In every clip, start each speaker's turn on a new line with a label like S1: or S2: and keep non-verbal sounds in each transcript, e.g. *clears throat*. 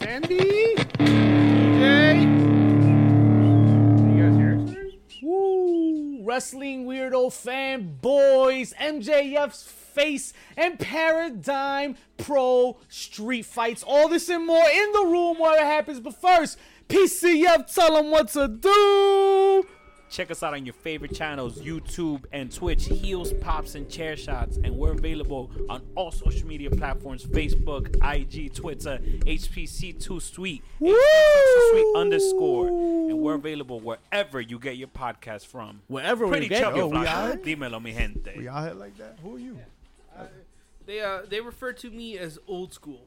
S1: Andy? DJ? You guys here?
S2: Woo! Wrestling Weirdo fanboys, MJF's face, and Paradigm Pro street fights. All this and more in the room while it happens. But first, PCF, tell them what to do.
S3: Check us out on your favorite channels, YouTube and Twitch, Heels, Pops, and Chair Shots. And we're available on all social media platforms Facebook, IG, Twitter, HPC2 Suite,
S2: Woo!
S3: Suite underscore. And we're available wherever you get your podcast from.
S2: Wherever we
S3: Pretty
S2: get
S3: chubby
S2: it. Oh, we
S3: fly.
S2: are?
S3: Dímelo, mi gente.
S1: Y'all hit like that? Who are you?
S4: They uh they refer to me as old school.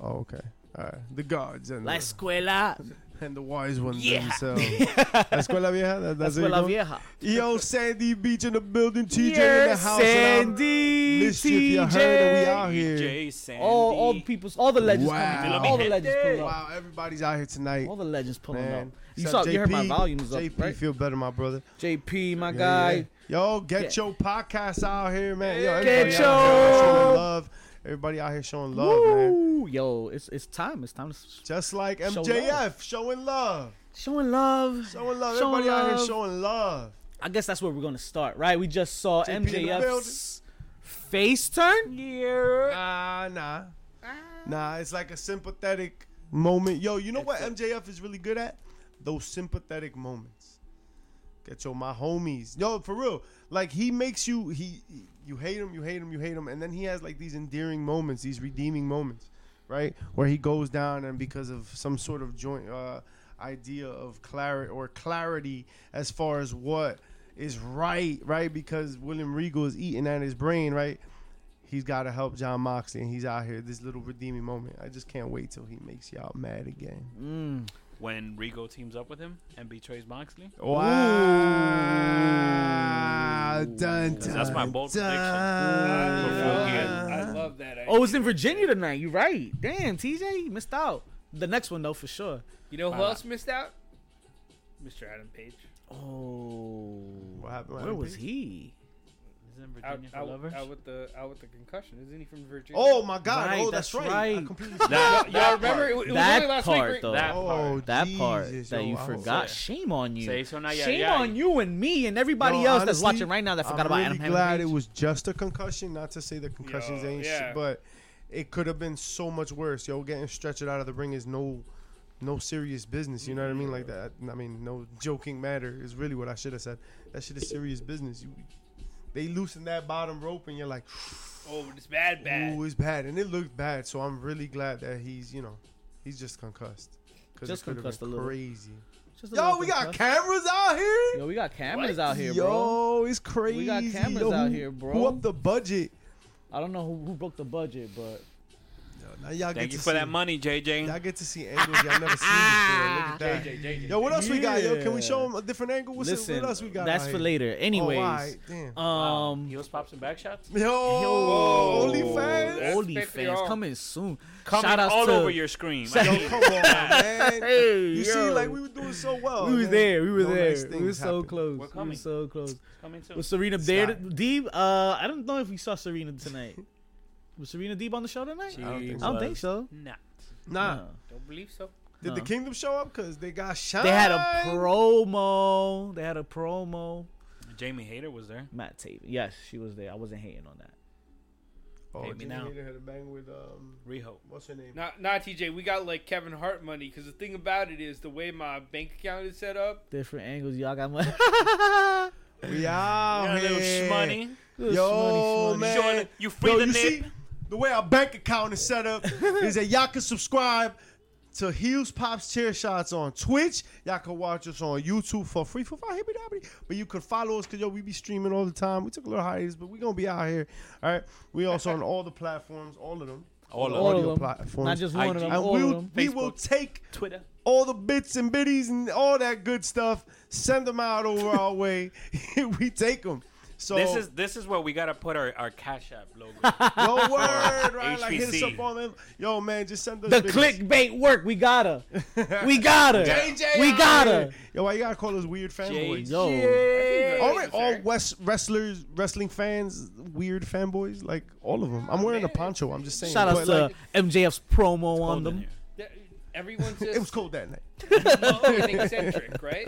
S1: Oh, okay. All right. The guards and,
S2: La
S1: the,
S2: escuela,
S1: *laughs* and the wise ones
S2: Yeah. *laughs*
S1: themselves. Escuela Vieja? That, that's where
S2: escuela
S1: you
S2: vieja.
S1: go? Yo, Sandy Beach in the building. TJ in
S2: Yeah,
S1: the house. and I'm-
S2: Sandy,
S1: Mischief, you heard it. We
S2: TJ.
S1: out here.
S3: DJ, Sandy.
S2: All, all the peoples, all the legends
S1: Wow.
S2: coming. All the legends pulling up.
S1: Wow, everybody's out here tonight.
S2: All the legends pulling
S1: Man.
S2: up. You
S1: Except
S2: saw, you heard my
S1: JP.
S2: volumes up,
S1: JP
S2: right?
S1: feel better, my brother.
S2: JP, my
S1: Yeah,
S2: guy.
S1: yeah. Yo, get
S2: Yeah.
S1: your podcast out here, man. Yo,
S4: Get
S1: everybody out here
S2: your-
S1: showing love. Everybody out here showing love, Oh, man.
S2: Woo! Yo, it's it's time. It's time to s-
S1: Just like
S2: Show
S1: MJF, showing love.
S2: showing love.
S1: Showing
S2: Showing
S1: love. Everybody out here
S2: love.
S1: showing love.
S2: I guess that's where we're gonna start, right? We just saw
S1: in the
S2: MJF's face turn. Yeah.
S1: Ah, nah. Nah, it's like a sympathetic moment. Yo, you know what MJF is really good at? Those sympathetic moments. Get yo, my homies. Yo, for real. Like he makes you he you hate him, you hate him, you hate him, and then he has like these endearing moments, these redeeming moments, right? Where he goes down and because of some sort of joint uh idea of clarity or clarity as far as what is right, right? Because William Regal is eating at his brain, right? he's got to help John Moxley, and he's out here. This little redeeming moment. I just can't wait till he makes y'all mad again.
S3: When Rigo teams up with him and betrays Moxley.
S2: Oh
S1: Wow! Dun,
S3: That's my bold prediction.
S1: dun.
S3: I- eh?
S4: I love that.
S2: Oh, it's in Virginia tonight. You right? Damn, TJ, you missed out. The next one though, for sure.
S4: you know who
S3: Wow.
S4: else missed out? Mr. Adam Page.
S2: Oh.
S1: What happened,
S2: Where
S1: Adam
S2: was
S1: Page?
S2: he?
S3: Isn't
S4: Out,
S3: Virginia for
S4: out,
S3: lovers?
S4: out with the out with the concussion. Isn't he from Virginia?
S1: Oh my God!
S2: Right,
S1: oh, that's,
S2: that's
S1: right. I
S2: right.
S1: completely
S3: Nah,
S4: y'all remember it, was- it was
S2: That
S4: only last
S2: part,
S4: week.
S2: though.
S4: right?
S3: That
S1: oh,
S2: *laughs*
S3: part.
S2: That part
S1: Jesus,
S2: that
S1: yo,
S2: you
S1: I was-
S2: forgot.
S3: Yeah.
S2: Shame on you.
S3: Say so now, yeah,
S2: Shame
S3: yeah.
S2: on you and me and everybody
S1: Yo,
S2: else that's
S1: honestly,
S2: watching right now that forgot
S1: I'm
S2: about
S1: really
S2: Adam Hammond
S1: glad
S2: Page.
S1: it was just a concussion. Not to say the concussions
S4: Yo,
S1: ain't
S4: yeah.
S1: shit, but it could have been so much worse. Yo, getting stretched out of the ring is no, no serious business. You know what I mean? Like that. I mean, no joking matter is really what I should have said. That shit is serious business. You, they loosen that bottom rope, and you're like,
S4: Oh, it's bad, bad.
S1: ooh, it's bad, and it looked bad. So I'm really glad that he's, you know, he's just concussed. 'Cause it
S2: Just
S1: could have
S2: concussed
S1: been
S2: a little.
S1: Crazy.
S2: Just a
S1: Yo,
S2: little
S1: we got
S2: concussion.
S1: cameras out here.
S2: Yo, we got cameras out here,
S1: Yo,
S2: bro.
S1: it's crazy.
S2: got cameras
S1: Yo,
S2: out
S1: who-
S2: here, bro.
S1: Who up the budget?
S2: I don't know who, who broke the budget, but
S1: Yo, now y'all
S3: Thank
S1: get
S3: you
S1: to
S3: for
S1: see,
S3: that money,
S1: Y'all
S3: JJ.
S1: get to see angles y'all never seen before. Look at
S3: *laughs*
S1: that.
S4: JJ, JJ.
S1: Yo, what else we got? Yo, can we
S2: Yeah.
S1: show them a different angle? What's
S2: listen,
S1: what else we got?
S2: that's
S1: out
S2: for
S1: here?
S2: later. Anyways,
S1: Oh, all right, damn.
S2: um,
S3: Heels, Pops, and back shots?
S1: Yo, OnlyFans.
S4: that's
S2: OnlyFans
S4: 50
S2: coming soon.
S3: Coming
S2: Shout out
S3: all
S2: to,
S3: over your screen.
S2: Shout-
S3: I
S1: Yo,
S3: mean,
S1: come on, man.
S2: Hey,
S1: you see,
S2: yo.
S1: like we were doing so well.
S2: We was
S1: man.
S2: there. We were
S1: No
S2: there.
S1: nice
S2: we
S1: things
S2: were so
S1: happened.
S2: close.
S3: We're
S2: We were
S3: coming.
S2: so close.
S3: coming soon.
S2: Was Serena there?
S1: Stop.
S2: Deeb? Uh, I don't know if we saw Serena tonight. Was Serena Deeb on the show tonight?
S3: She
S2: I
S1: don't think
S2: don't think
S3: was
S2: so.
S3: Not.
S1: Nah,
S2: No.
S4: Don't believe so.
S1: did the
S2: no.
S1: kingdom show up? Cause they got shot.
S2: They had a promo. They had a promo.
S3: Jamie Hayter was there.
S2: Matt Taven. Yes, she was there. I wasn't hating on that.
S1: Oh,
S3: Hate me
S1: Jamie
S3: now.
S1: Hayter had a bang with um,
S3: Riho.
S1: what's her name?
S4: Not, not TJ. We got like Kevin Hart money because the thing about it is the way my bank account is set up.
S2: Different angles, y'all got money. *laughs*
S1: We out
S3: Got a little
S1: here.
S3: shmoney.
S2: Little
S1: Yo,
S2: shmoney, shmoney.
S1: man.
S3: Showing- you free
S1: Yo,
S3: the
S1: you
S3: nip.
S1: see, the way our bank account is set up is that y'all can subscribe to Heels Pops Chair Shots on Twitch. Y'all can watch us on YouTube for free for five hippie dabby. But you can follow us because yo, we be streaming all the time. We took a little hiatus, but we gonna be out here. All right. We also on all the platforms, all of them.
S3: All
S1: the
S3: of
S2: All
S1: audio
S2: of them.
S1: platforms.
S2: Not just one of
S3: IG.
S2: them.
S1: and
S2: All of
S1: we'll,
S2: them.
S1: we will
S3: Facebook.
S1: take
S3: Twitter.
S1: all the bits and bitties and all that good stuff. Send them out over our way. *laughs* we take them. So
S3: This is this is where we gotta put our, our Cash App logo.
S1: *laughs*
S3: *laughs*
S1: Yo, word, right? Like, hit us
S3: HBC.
S1: up on them. Yo, man, just send us
S2: The
S1: bitches. *laughs*
S2: clickbait work. We got her. We got her.
S1: JJ
S2: We
S1: out
S2: got
S1: here.
S2: her.
S1: Yo, why you gotta call us weird fanboys?
S2: Yo.
S1: All right,
S4: Alright,
S1: all West wrestlers, wrestling fans, weird fanboys, like
S3: Oh,
S1: all of them. I'm wearing a poncho. I'm just saying.
S2: Shout out
S1: but,
S2: to
S1: like,
S2: MJF's promo on
S3: Hold in
S2: them.
S3: here.
S4: That-
S1: *laughs*
S4: everyone's just
S1: It was cold that night.
S4: low and
S1: *laughs*
S4: eccentric, right?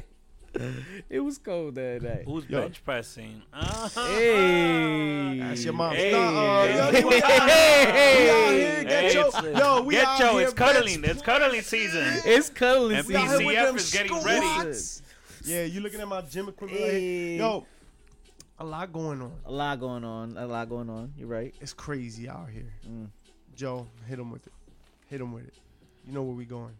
S2: It was cold that night.
S3: Who's
S1: Yo.
S3: bench pressing? *laughs* Uh-huh.
S2: Hey.
S1: That's your mom.
S3: Hey.
S1: Nah, uh, yo,
S2: Hey.
S1: you out here- you out here,
S3: Hey,
S1: get your,
S3: it's-
S1: yo, we out
S3: Get yo,
S1: here,
S3: it's cuddling.
S1: bench
S3: It's cuddling season.
S2: It's cuddling
S3: And
S1: We out here
S2: season.
S1: with
S3: PCF
S1: them
S3: is getting
S1: school
S3: ready.
S1: rocks. Yeah, you looking at my gym equipment right
S2: Hey.
S1: here. Yo, a lot going on.
S2: A lot going on. A lot going on. You're right.
S1: It's crazy out here. Joe, hit him with it. Hit him with it. You know where we going.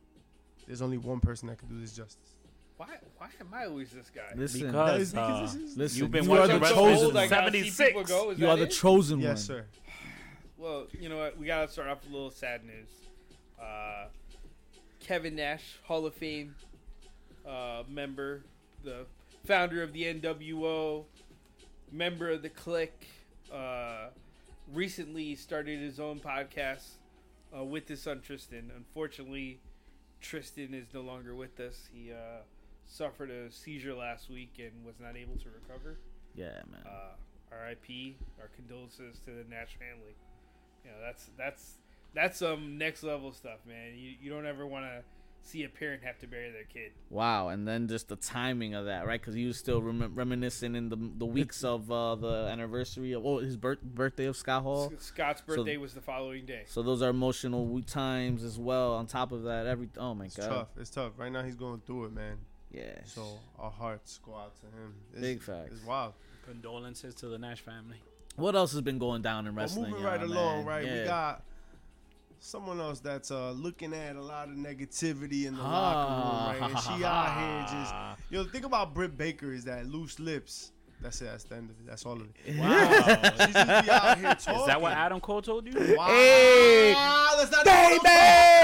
S1: There's only one person that can do this justice.
S4: Why? Why am I always this guy?
S2: Listen,
S1: That
S3: Because
S1: is
S3: uh,
S1: because this is-
S2: listen.
S3: you've been
S2: you
S4: Because
S2: are
S3: watching
S2: the
S4: I'm so
S3: wrestling
S4: old,
S2: chosen.
S4: I
S3: since
S2: one.
S4: gotta see
S3: 76.
S4: people go. Is
S2: You
S4: that
S2: are the
S4: it?
S2: chosen one.
S1: Yes, sir.
S4: Well, you know what? We gotta start off with a little sad news. Uh, Kevin Nash, Hall of Fame uh, member, the founder of the NWO, member of the Click, uh, recently started his own podcast uh, with his son Tristan. Unfortunately, Tristan is no longer with us. He uh, suffered a seizure last week and was not able to recover
S2: Yeah, man.
S4: uh, R.I.P. Our condolences to the Nash family. You know that's that's that's some next level stuff, man. You you don't ever want to see a parent have to bury their kid.
S2: Wow, and then just the timing of that, right? Because he was still rem- reminiscing in the the weeks of uh, the anniversary of oh his birth- birthday of Scott Hall.
S4: S- Scott's birthday was the following day.
S2: So those are emotional w- times as well. On top of that, every oh my
S1: It's
S2: god,
S1: tough. It's tough. Right now he's going through it, man.
S2: yeah.
S1: So our hearts go out to him. It's,
S2: Big facts.
S1: It's wild.
S3: Condolences to the Nash family.
S2: what else has been going down in
S1: But
S2: wrestling?
S1: moving
S2: y'all,
S1: right along,
S2: man?
S1: right?
S2: Yeah.
S1: We got someone else that's uh, looking at a lot of negativity in the
S2: Ah.
S1: locker room, right? And
S2: *laughs*
S1: she out here just yo. The thing about Britt Baker is that loose lips. That's it. That's the end of it. That's all of it.
S2: Oh.
S3: Wow.
S1: She just be out here talking.
S3: Is that what Adam Cole told you?
S1: Wow. Ah,
S2: Hey,
S1: That's not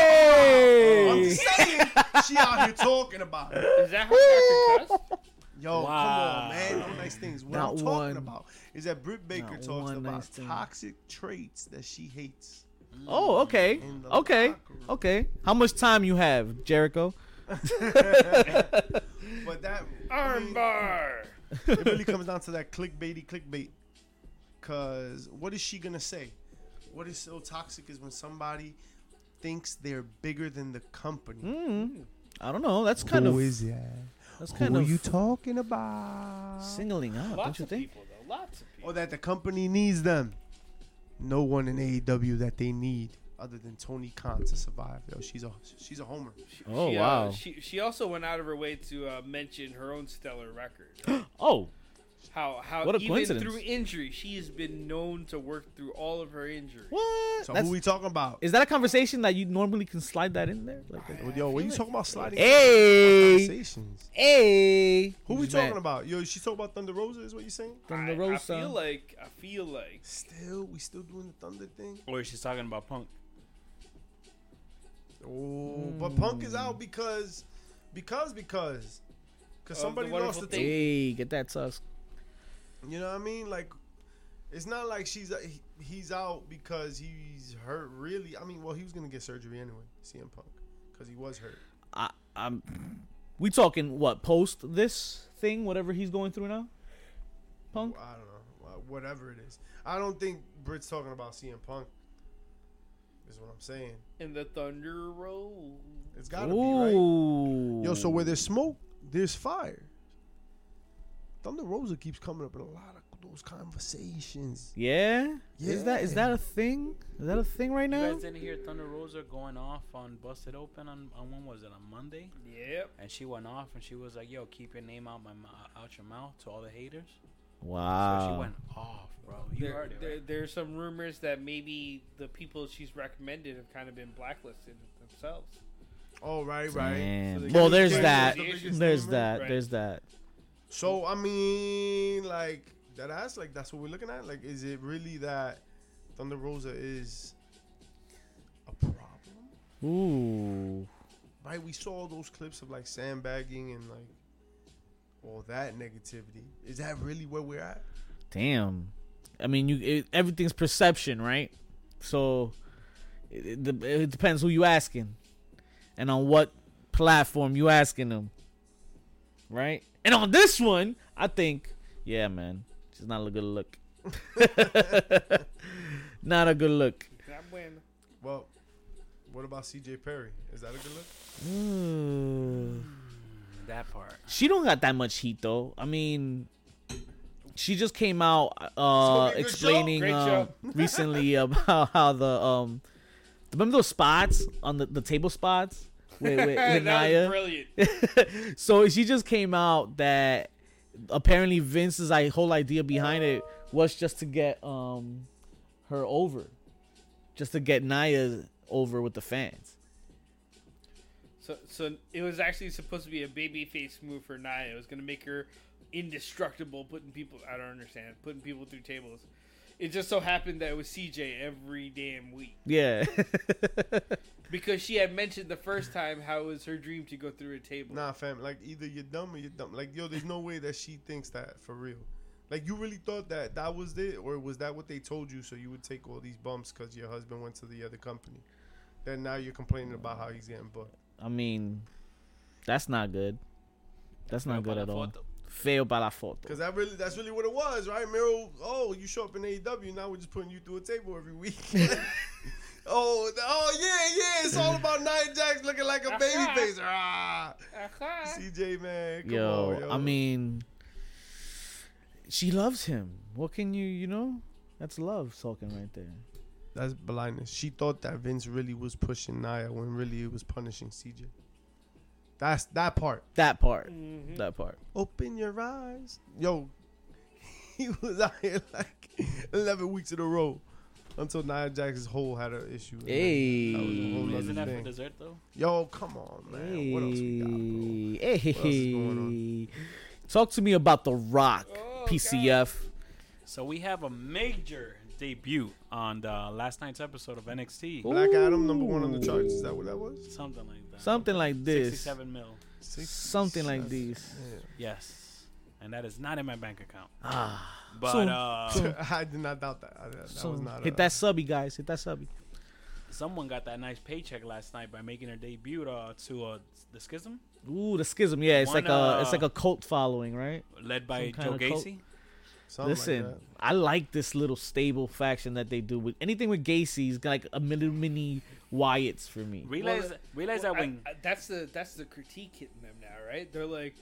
S1: I'm
S2: baby.
S1: just saying, she out here talking about it.
S4: Is that how I got concussed?
S1: Yo,
S3: Wow.
S1: come on, man. No nice things. What
S2: Not
S1: I'm talking
S2: one.
S1: about is that Britt Baker
S2: Not
S1: talks
S2: one
S1: about
S2: nice thing.
S1: toxic traits that she hates.
S2: Oh, okay,
S1: In the
S2: okay,
S1: locker room.
S2: okay. How much time you have,
S1: *laughs*
S2: Jericho? *laughs*
S1: But that I mean,
S4: Armbar.
S1: it really comes down to that clickbaity clickbait. Cause what is she gonna say? What is so toxic is when somebody thinks they're bigger than the company.
S2: Hmm. I don't know. That's kind of
S1: is that?
S2: that's kind of
S1: talking about?
S2: singling out, don't
S4: Lots
S2: you
S4: of
S2: think?
S4: people though. Lots of people.
S1: Or Oh, that the company needs them. No one in AEW that they need other than Tony Khan to survive. Yo, she's a she's a homer.
S4: She,
S2: Oh,
S4: she, uh,
S2: wow.
S4: she she also went out of her way to uh, mention her own stellar record.
S2: *gasps* Oh,
S4: How how
S2: What a
S4: even
S2: coincidence.
S4: through injury, she has been known to work through all of her injuries.
S2: what?
S1: So
S2: That's-
S1: who we talking about?
S2: Is that a conversation that you normally can slide that in there? Like, that?
S1: Yo, what you talking about sliding
S2: hey,
S1: conversations?
S2: hey,
S1: Who we
S2: He's
S1: talking
S2: mad.
S1: about? Yo, she talking about Thunder Rosa is what you saying?
S2: Thunder
S4: I-
S2: Rosa.
S4: I feel like I feel like
S1: Still, we still doing the Thunder thing.
S3: Or is she talking about Punk?
S1: Oh, but Punk is out because, because, because, because
S4: Of the
S1: somebody lost
S4: wonderful
S1: the
S4: thing.
S1: thing.
S2: hey, get that tusk.
S1: You know what I mean? Like, it's not like she's uh, he, he's out because he's hurt. Really, I mean, well, he was gonna get surgery anyway, CM Punk, because he was hurt.
S2: I, I'm. Um, We talking what post this thing, whatever he's going through now. Punk.
S1: I don't know, wha- whatever it is. I don't think Britt's talking about CM Punk. Is what I'm saying.
S4: in the Thunder Roll.
S1: It's gotta be right.
S2: Ooh.
S1: Yo, so where there's smoke, there's fire. Thunder Rosa keeps coming up in a lot of those conversations.
S2: Yeah? Is that is that a thing? Is that a thing right
S3: You
S2: now?
S3: guys didn't hear Thunder Rosa going off on Busted Open on, on when was it on Monday?
S4: Yep.
S3: And she went off and she was like, "Yo, keep your name out my mou- out your mouth to all the haters." So she
S2: wow.
S3: went off, bro. You
S4: There,
S3: heard it.
S4: there,
S3: right?
S4: There's some rumors that maybe the people she's recommended have kind of been blacklisted themselves.
S1: Oh, right, right.
S2: Damn.
S4: So they-
S2: well, there's
S4: Yeah,
S2: that.
S4: there's the biggest
S2: There's
S4: rumor,
S2: that.
S4: right.
S2: There's that.
S1: So I mean, like that ass, like that's what we're looking at. Like, is it really that Thunder Rosa is a problem?
S2: Ooh.
S1: Right? We saw all those clips of like sandbagging and like all that negativity. Is that really where we're at?
S2: Damn. I mean, you it, everything's perception, right? So it, it, dep- it depends who you asking and on what platform you asking them. Right? And on this one, I think yeah, man. She's not a good look. *laughs* not a good look.
S4: That win.
S1: Well, What about CJ Perry? Is that a good look?
S3: That part.
S2: She don't got that much heat though. I mean, she just came out uh,
S1: gonna be a good show.
S2: explaining
S4: Great
S2: uh,
S4: show. *laughs*
S2: recently about how the um, remember those spots on the, the table spots with,
S4: *laughs*
S2: with, with
S4: that was
S2: Eh, Naya.
S4: brilliant.
S2: *laughs* so she just came out that apparently Vince's like, whole idea behind it was just to get um her over, just to get Naya over with the fans.
S4: So, so it was actually supposed to be a babyface move for Nia. It was going to make her indestructible, putting people. I don't understand. Putting people through tables. It just so happened that it was CJ every damn week
S2: Yeah, *laughs*
S4: because she had mentioned the first time how it was her dream to go through a table.
S1: Nah, fam. Like either you're dumb or you're dumb. Like yo, there's no way that she thinks that for real. Like you really thought that that was it, or was that what they told you so you would take all these bumps because your husband went to the other company? Then now you're complaining about how he's getting booked.
S2: I mean, that's not good. That's not good at all.
S3: Palafoto.
S2: Fail by la foto.
S1: Cause that really, that's really what it was, right? Miro, oh, you show up in AEW, now we're just putting you through a table every week. oh, th- oh yeah, yeah, it's all about Nia Jax looking like a baby face. Ah,
S4: Aha.
S1: CJ man, come
S2: yo,
S1: on, yo,
S2: I mean, she loves him. What can you, you know? That's love talking right there.
S1: that's blindness. She thought that Vince really was pushing Nia when really it was punishing CJ. That's that part.
S2: That part.
S1: Mm-hmm.
S4: Mm-hmm.
S2: That part.
S1: Open your eyes, yo. *laughs* He was out here like eleven weeks in a row until Nia Jax's hole had an issue. And then that was a
S2: Hey.
S3: Isn't
S1: whole other
S3: that
S1: thing.
S3: for dessert though?
S1: Yo, come on, man. What else we got, bro?
S2: Hey.
S1: else is going
S2: Talk to me about The Rock,
S4: Oh,
S2: PCF.
S3: So we have a major debut on the last night's episode of NXT.
S1: Black Adam, number one on the charts. Is that what that was?
S3: Something like that.
S2: Something like this.
S3: 67 mil.
S1: Six-
S2: Something like
S1: seven.
S2: this.
S3: Yes. And that is not in my bank account.
S2: Ah.
S3: But
S2: So-
S3: uh,
S2: so-
S1: *laughs* I did not doubt that. I, that
S2: So
S1: was not
S2: hit
S1: a,
S2: that subby, guys. Hit that subby.
S3: someone got that nice paycheck last night by making their debut uh, to uh, the Schism,
S2: Ooh, the schism. Yeah, it's
S3: One,
S2: like a it's
S3: uh,
S2: like a cult following, right?
S3: led by
S2: Some
S3: Joe
S2: kinda cult.
S3: Gacy.
S1: something
S2: Listen,
S1: Like
S2: I like this little stable faction that they do with anything with Gacy's like a little mini Wyatts for me.
S3: Realize,
S4: Well,
S3: realize
S4: Well,
S3: that
S4: I-
S3: when
S4: I- that's the that's the critique hitting them now, right? They're like,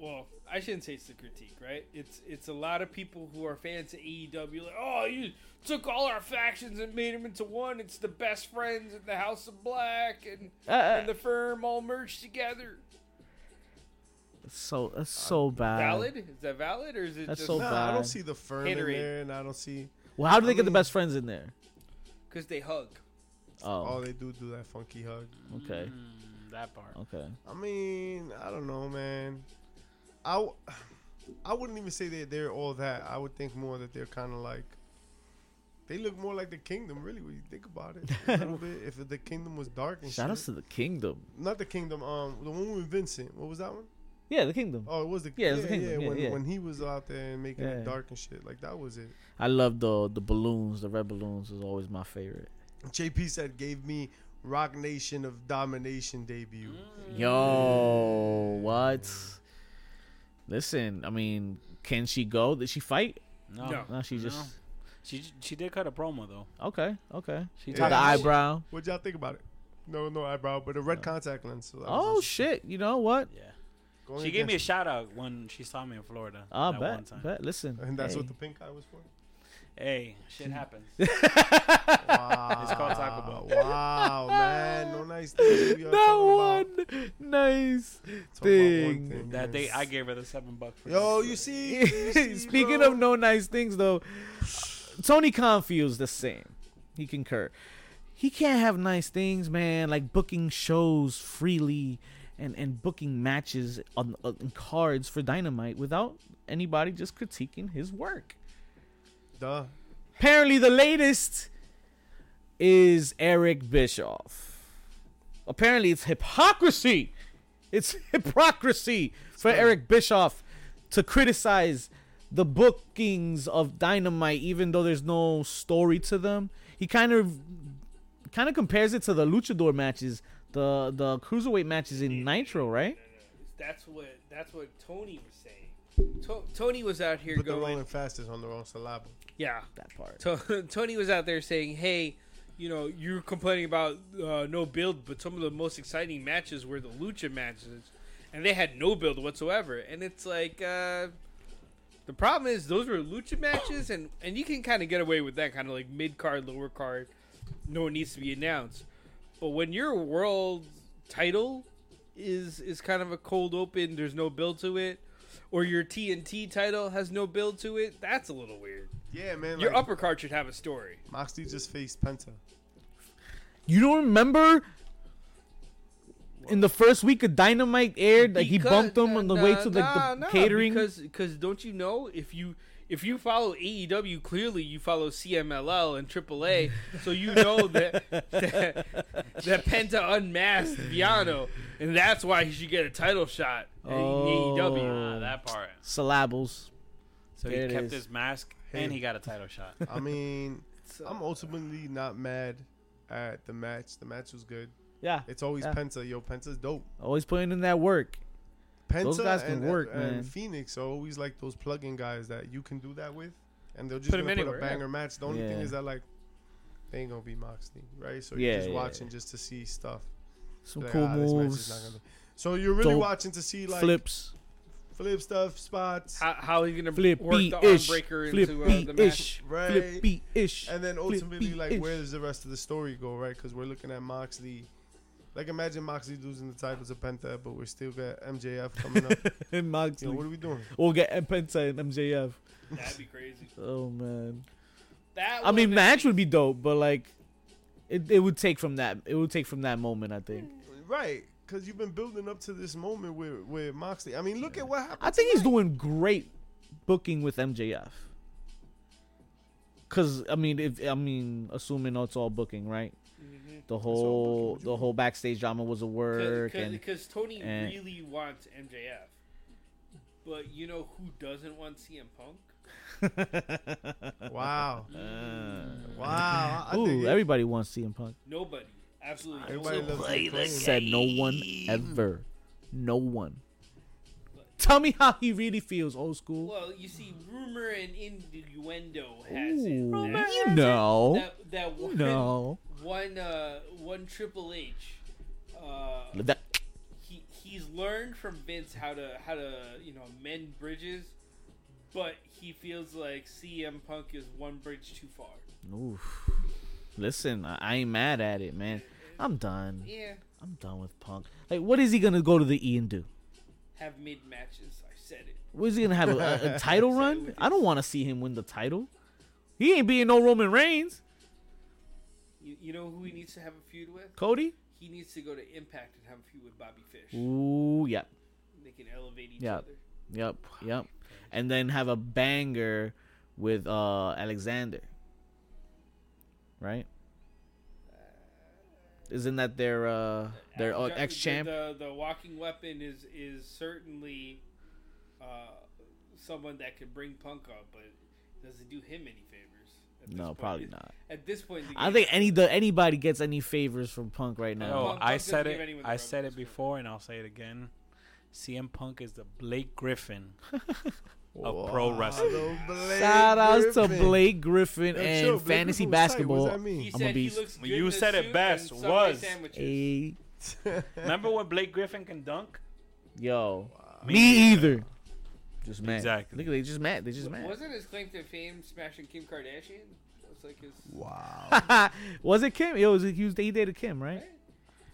S4: well, I shouldn't say it's the critique, right? It's it's a lot of people who are fans of AEW, like, oh, you took all our factions and made them into one. It's the best friends and the House of Black and
S2: Uh,
S4: and
S2: uh,
S4: the firm all merged together.
S2: so that's so bad.
S4: Uh, Valid? Is that valid or is it
S2: uh, That's
S4: just
S2: so bad.
S1: that.
S4: because
S1: Nah, I
S2: bad.
S1: don't see the firm in
S4: Haterade.
S1: there, and I don't see.
S2: Well, how do they
S1: I
S2: get the
S1: mean-
S2: best friends in there?
S4: they hug?
S1: Oh,
S2: Oh,
S1: they do do that funky hug.
S2: okay,
S3: Mm, that part.
S2: okay.
S1: I mean, I don't know, man. I, w- *sighs* I wouldn't even say that they're all that. I would think more that they're kind of like. They look more like the kingdom, really, when you think about it.
S2: *laughs*
S1: A little bit. If the kingdom was dark and
S2: Shout
S1: shit.
S2: outs to the kingdom.
S1: Not the kingdom. Um, the one with Vincent. What was that one?
S2: Yeah, the kingdom.
S1: Oh, it was the
S2: Yeah, it was the
S1: yeah,
S2: Kingdom, yeah,
S1: when,
S2: yeah.
S1: when he was out there and making
S2: Yeah.
S1: it dark and shit. Like that was it.
S2: I love the the balloons. The red balloons is always my favorite.
S1: JP said gave me Rock Nation of Domination debut.
S2: Yo, what? Listen, I mean, can she go? Did she fight?
S3: No,
S4: No.
S2: No, she
S3: No.
S2: just
S3: she she did cut a promo though.
S2: okay, okay.
S3: She
S1: Yeah.
S2: The
S3: talked
S1: Yeah.
S3: about-
S2: eyebrow.
S1: What y'all think about it? No, no eyebrow, but a red contact lens. So that was
S2: Oh
S1: it.
S2: shit! You know what?
S3: Yeah.
S1: Going
S3: She gave me a
S1: against-
S3: shout out when she saw me in Florida.
S2: I
S3: that one
S2: Ah, bet.
S3: time.
S2: Bet. Listen,
S1: *laughs* and that's
S2: hey.
S1: what the pink eye was for.
S3: Hey, shit happens.
S1: Wow,
S3: It's called Taco Bell.
S1: Wow, man, no nice things. We
S2: that
S1: are talking about-
S2: one nice
S1: talking about one
S2: thing.
S1: thing,
S3: that
S1: man.
S3: day I gave her the seven bucks. For
S1: Yo,
S3: that.
S1: you see?
S2: *laughs*
S1: you see,
S2: Speaking
S1: bro?
S2: of no nice things, though, Tony Khan feels the same. He concur. He can't have nice things, man. Like booking shows freely and and booking matches on, on cards for Dynamite without anybody just critiquing his work.
S1: duh.
S2: Apparently, the latest is Eric Bischoff. Apparently, it's hypocrisy. It's *laughs* hypocrisy for Eric Bischoff to criticize the bookings of Dynamite, even though there's no story to them. He kind of kind of compares it to the Luchador matches, the the cruiserweight matches in Nitro, right?
S4: That's what that's what Tony was saying. To- Tony was out here
S1: Put the
S4: going,
S1: rolling fastest on the wrong syllable.
S4: yeah. *laughs*
S2: That part.
S4: To- Tony was out there saying, "Hey, you know, you're complaining about uh, no build, but some of the most exciting matches were the lucha matches, and they had no build whatsoever. And it's like uh, the problem is those were lucha matches, and and you can kind of get away with that kind of like mid card, lower card. No one needs to be announced, but when your world title is is kind of a cold open, there's no build to it, or your TNT title has no build to it. That's a little weird.
S1: Yeah, man.
S4: Your
S1: Like,
S4: upper card should have a story.
S1: Moxley just faced Penta.
S2: You don't remember in the first week of Dynamite aired, like he bumped him on the way to like the catering.
S4: because because don't you know if you if you follow AEW clearly you follow CMLL and AAA so
S2: *laughs*
S4: you know that that, that Penta unmasked Viano and that's why he should get a title shot in E
S2: Oh.
S3: Ah,
S4: AEW.
S3: that part.
S2: syllables.
S3: So
S2: There
S3: he
S2: it
S3: kept
S2: is.
S3: his mask and he got a title shot.
S1: I mean,
S2: uh,
S4: So-
S1: I'm ultimately not mad at the match. The match was good.
S2: Yeah,
S1: It's always
S2: Yeah.
S1: Penta. Yo, Penta's dope.
S2: always putting in that work.
S1: Penta
S2: Those guys can
S1: and,
S2: work,
S1: and
S2: man.
S1: Phoenix are always like those plug-in guys that you can do that with, and they're just
S4: Put 'em
S1: gonna put
S4: anywhere,
S1: a
S4: yeah.
S1: banger match. The only thing
S2: Yeah.
S1: is that like they ain't gonna be Moxley, right? So
S2: Yeah,
S1: you're just
S2: yeah,
S1: watching just to see stuff.
S2: Some
S1: Like,
S2: cool
S1: ah, this match is not
S2: moves,
S1: gonna be- So you're really
S2: Dope
S1: watching to see like flip,
S2: flips,
S1: stuff, spots,
S4: How, how are you gonna work
S2: flippy
S4: the
S2: ish,
S4: armbreaker into uh, the
S2: flippy
S4: match?
S2: ish,
S1: Right.
S2: flippy ish,
S1: and then ultimately like
S2: flippy-ish.
S1: where does the rest of the story go, right? Because we're looking at Moxley. Like imagine Moxley losing the title to Penta, but we're still got MJF
S2: *laughs*
S1: coming up. *laughs*
S2: and
S1: you know, what
S2: Moxley.
S1: are we doing?
S2: We'll get Penta and MJF.
S4: That'd be crazy.
S2: Oh man.
S4: That
S2: I mean,
S4: would've
S2: match
S4: been-
S2: would be dope, but like, it, it would take from that. It would take from that moment. I think.
S1: Right, because you've been building up to this moment with with Moxley. I mean, look at
S2: *laughs*
S1: what happened.
S2: I think he's doing great booking with MJF. Cause I mean, if I mean, assuming it's all booking, right? The whole
S1: booking,
S2: the whole backstage drama was a work, and
S4: because Tony
S2: and-
S4: really wants MJF, but you know who doesn't want CM Punk?
S1: Wow.
S2: Uh,
S1: Wow. I think
S2: ooh,
S1: it-
S2: everybody wants CM Punk.
S4: Nobody, absolutely. no
S1: everybody
S4: one.
S1: loves Nick Wayne.
S2: Said no one ever, no one. Tell me how he really feels, old school.
S4: Well, you see, rumor and innuendo has it
S2: Ooh,
S4: that,
S2: you know,
S4: that that one
S2: no.
S4: one uh one Triple H, uh,
S2: That,
S4: he he's learned from Vince how to how to you know mend bridges, but he feels like CM Punk is one bridge too far.
S2: oof. Listen, I, I ain't mad at it, man. I'm done.
S4: Yeah,
S2: I'm done with Punk. Like, what is he gonna go to the E and do?
S4: have mid matches. I said it.
S2: What is he gonna have a, a, a
S1: *laughs*
S2: title run? I don't want to see him win the title. He ain't being no Roman Reigns,
S4: You, you know who he needs to have a feud with?
S2: Cody.
S4: He needs to go to Impact and have a feud with Bobby Fish.
S2: Ooh, yep,
S4: They can elevate each
S2: Mm. Yeah.
S4: other.
S2: yep, yep, and then have a banger with uh Alexander. Right? Isn't that their uh their
S4: Ju-
S2: ex champ?
S4: The, the walking weapon is is certainly uh, someone that could bring Punk up, but does it do him any favors? at this
S2: No,
S4: point?
S2: probably
S4: It-
S2: not.
S4: At this point, the
S2: I
S4: game
S2: don't think
S4: is-
S2: any the, anybody gets any favors from Punk right now.
S3: No,
S4: Punk
S3: Oh, I
S4: doesn't
S3: said
S4: give
S3: it.
S4: anyone the
S3: I
S4: rub
S3: said it
S4: at this point.
S3: before, and I'll say it again. CM Punk is the Blake Griffin of pro wrestling.
S1: Hello,
S2: *laughs*
S1: Blake
S2: Shout outs to
S1: Griffin. *laughs*
S2: Blake Griffin
S1: Yo,
S2: and
S1: chill, Blake
S2: fantasy
S1: Griffin was tight.
S2: basketball.
S1: What does that
S4: He
S1: mean?
S2: I'm a
S4: said he
S2: beast.
S4: looks good
S3: You
S4: in a
S3: said it
S4: suit
S3: best,
S4: and Subway
S3: was.
S4: sandwiches.
S2: Hey,
S3: Remember when Blake Griffin can dunk?
S2: yo, me,
S3: Me
S2: either. Just mad.
S3: Exactly.
S2: Look, they just mad. They just mad.
S4: Wasn't his claim to fame smashing Kim Kardashian? That's like his.
S2: *laughs*
S1: Wow.
S2: was it Kim? It was he was he dated Kim, right?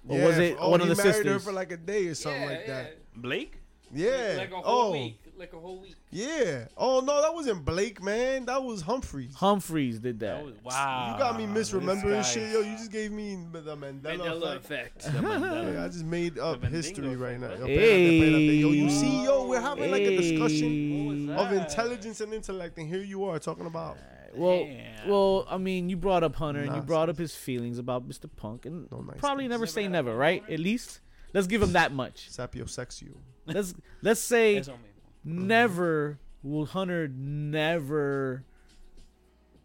S2: Or
S1: Yeah,
S2: was it
S1: oh,
S2: one of
S1: he
S2: the
S1: married her
S2: sisters?
S1: for like a day or something
S4: yeah,
S1: like
S4: yeah.
S1: that.
S3: Blake?
S1: Yeah.
S4: Like, like a whole
S1: oh,
S4: week. Like a whole week.
S1: yeah. Oh no, that wasn't Blake, man. That was Humphreys.
S2: Humphreys did that.
S3: That was, wow.
S1: you
S2: Ah,
S1: got me
S3: this guy
S1: misremembering shit,
S3: is
S1: yo. You just gave me the Mandela, effect.
S4: effect.
S2: *laughs*
S3: the Mandela.
S1: Yeah, I just made up
S3: Mandingo
S1: history right
S3: effect,
S1: now.
S3: huh?
S1: Yo, pay that, pay that, pay that. yo, you
S2: Hey.
S1: see, yo, we're having like a discussion.
S2: Hey.
S1: of intelligence and intellect, and here you are talking about
S2: Well,
S3: Damn.
S2: well, I mean, you brought up Hunter and you
S1: Nonsense.
S2: brought up his feelings about Mr. Punk, and
S1: No nice
S2: probably
S1: things.
S2: never say never, right? At least let's give him that
S3: *laughs*
S2: much.
S1: sapio sex you. *laughs*
S2: let's let's say
S3: That's on me.
S2: never will Hunter never.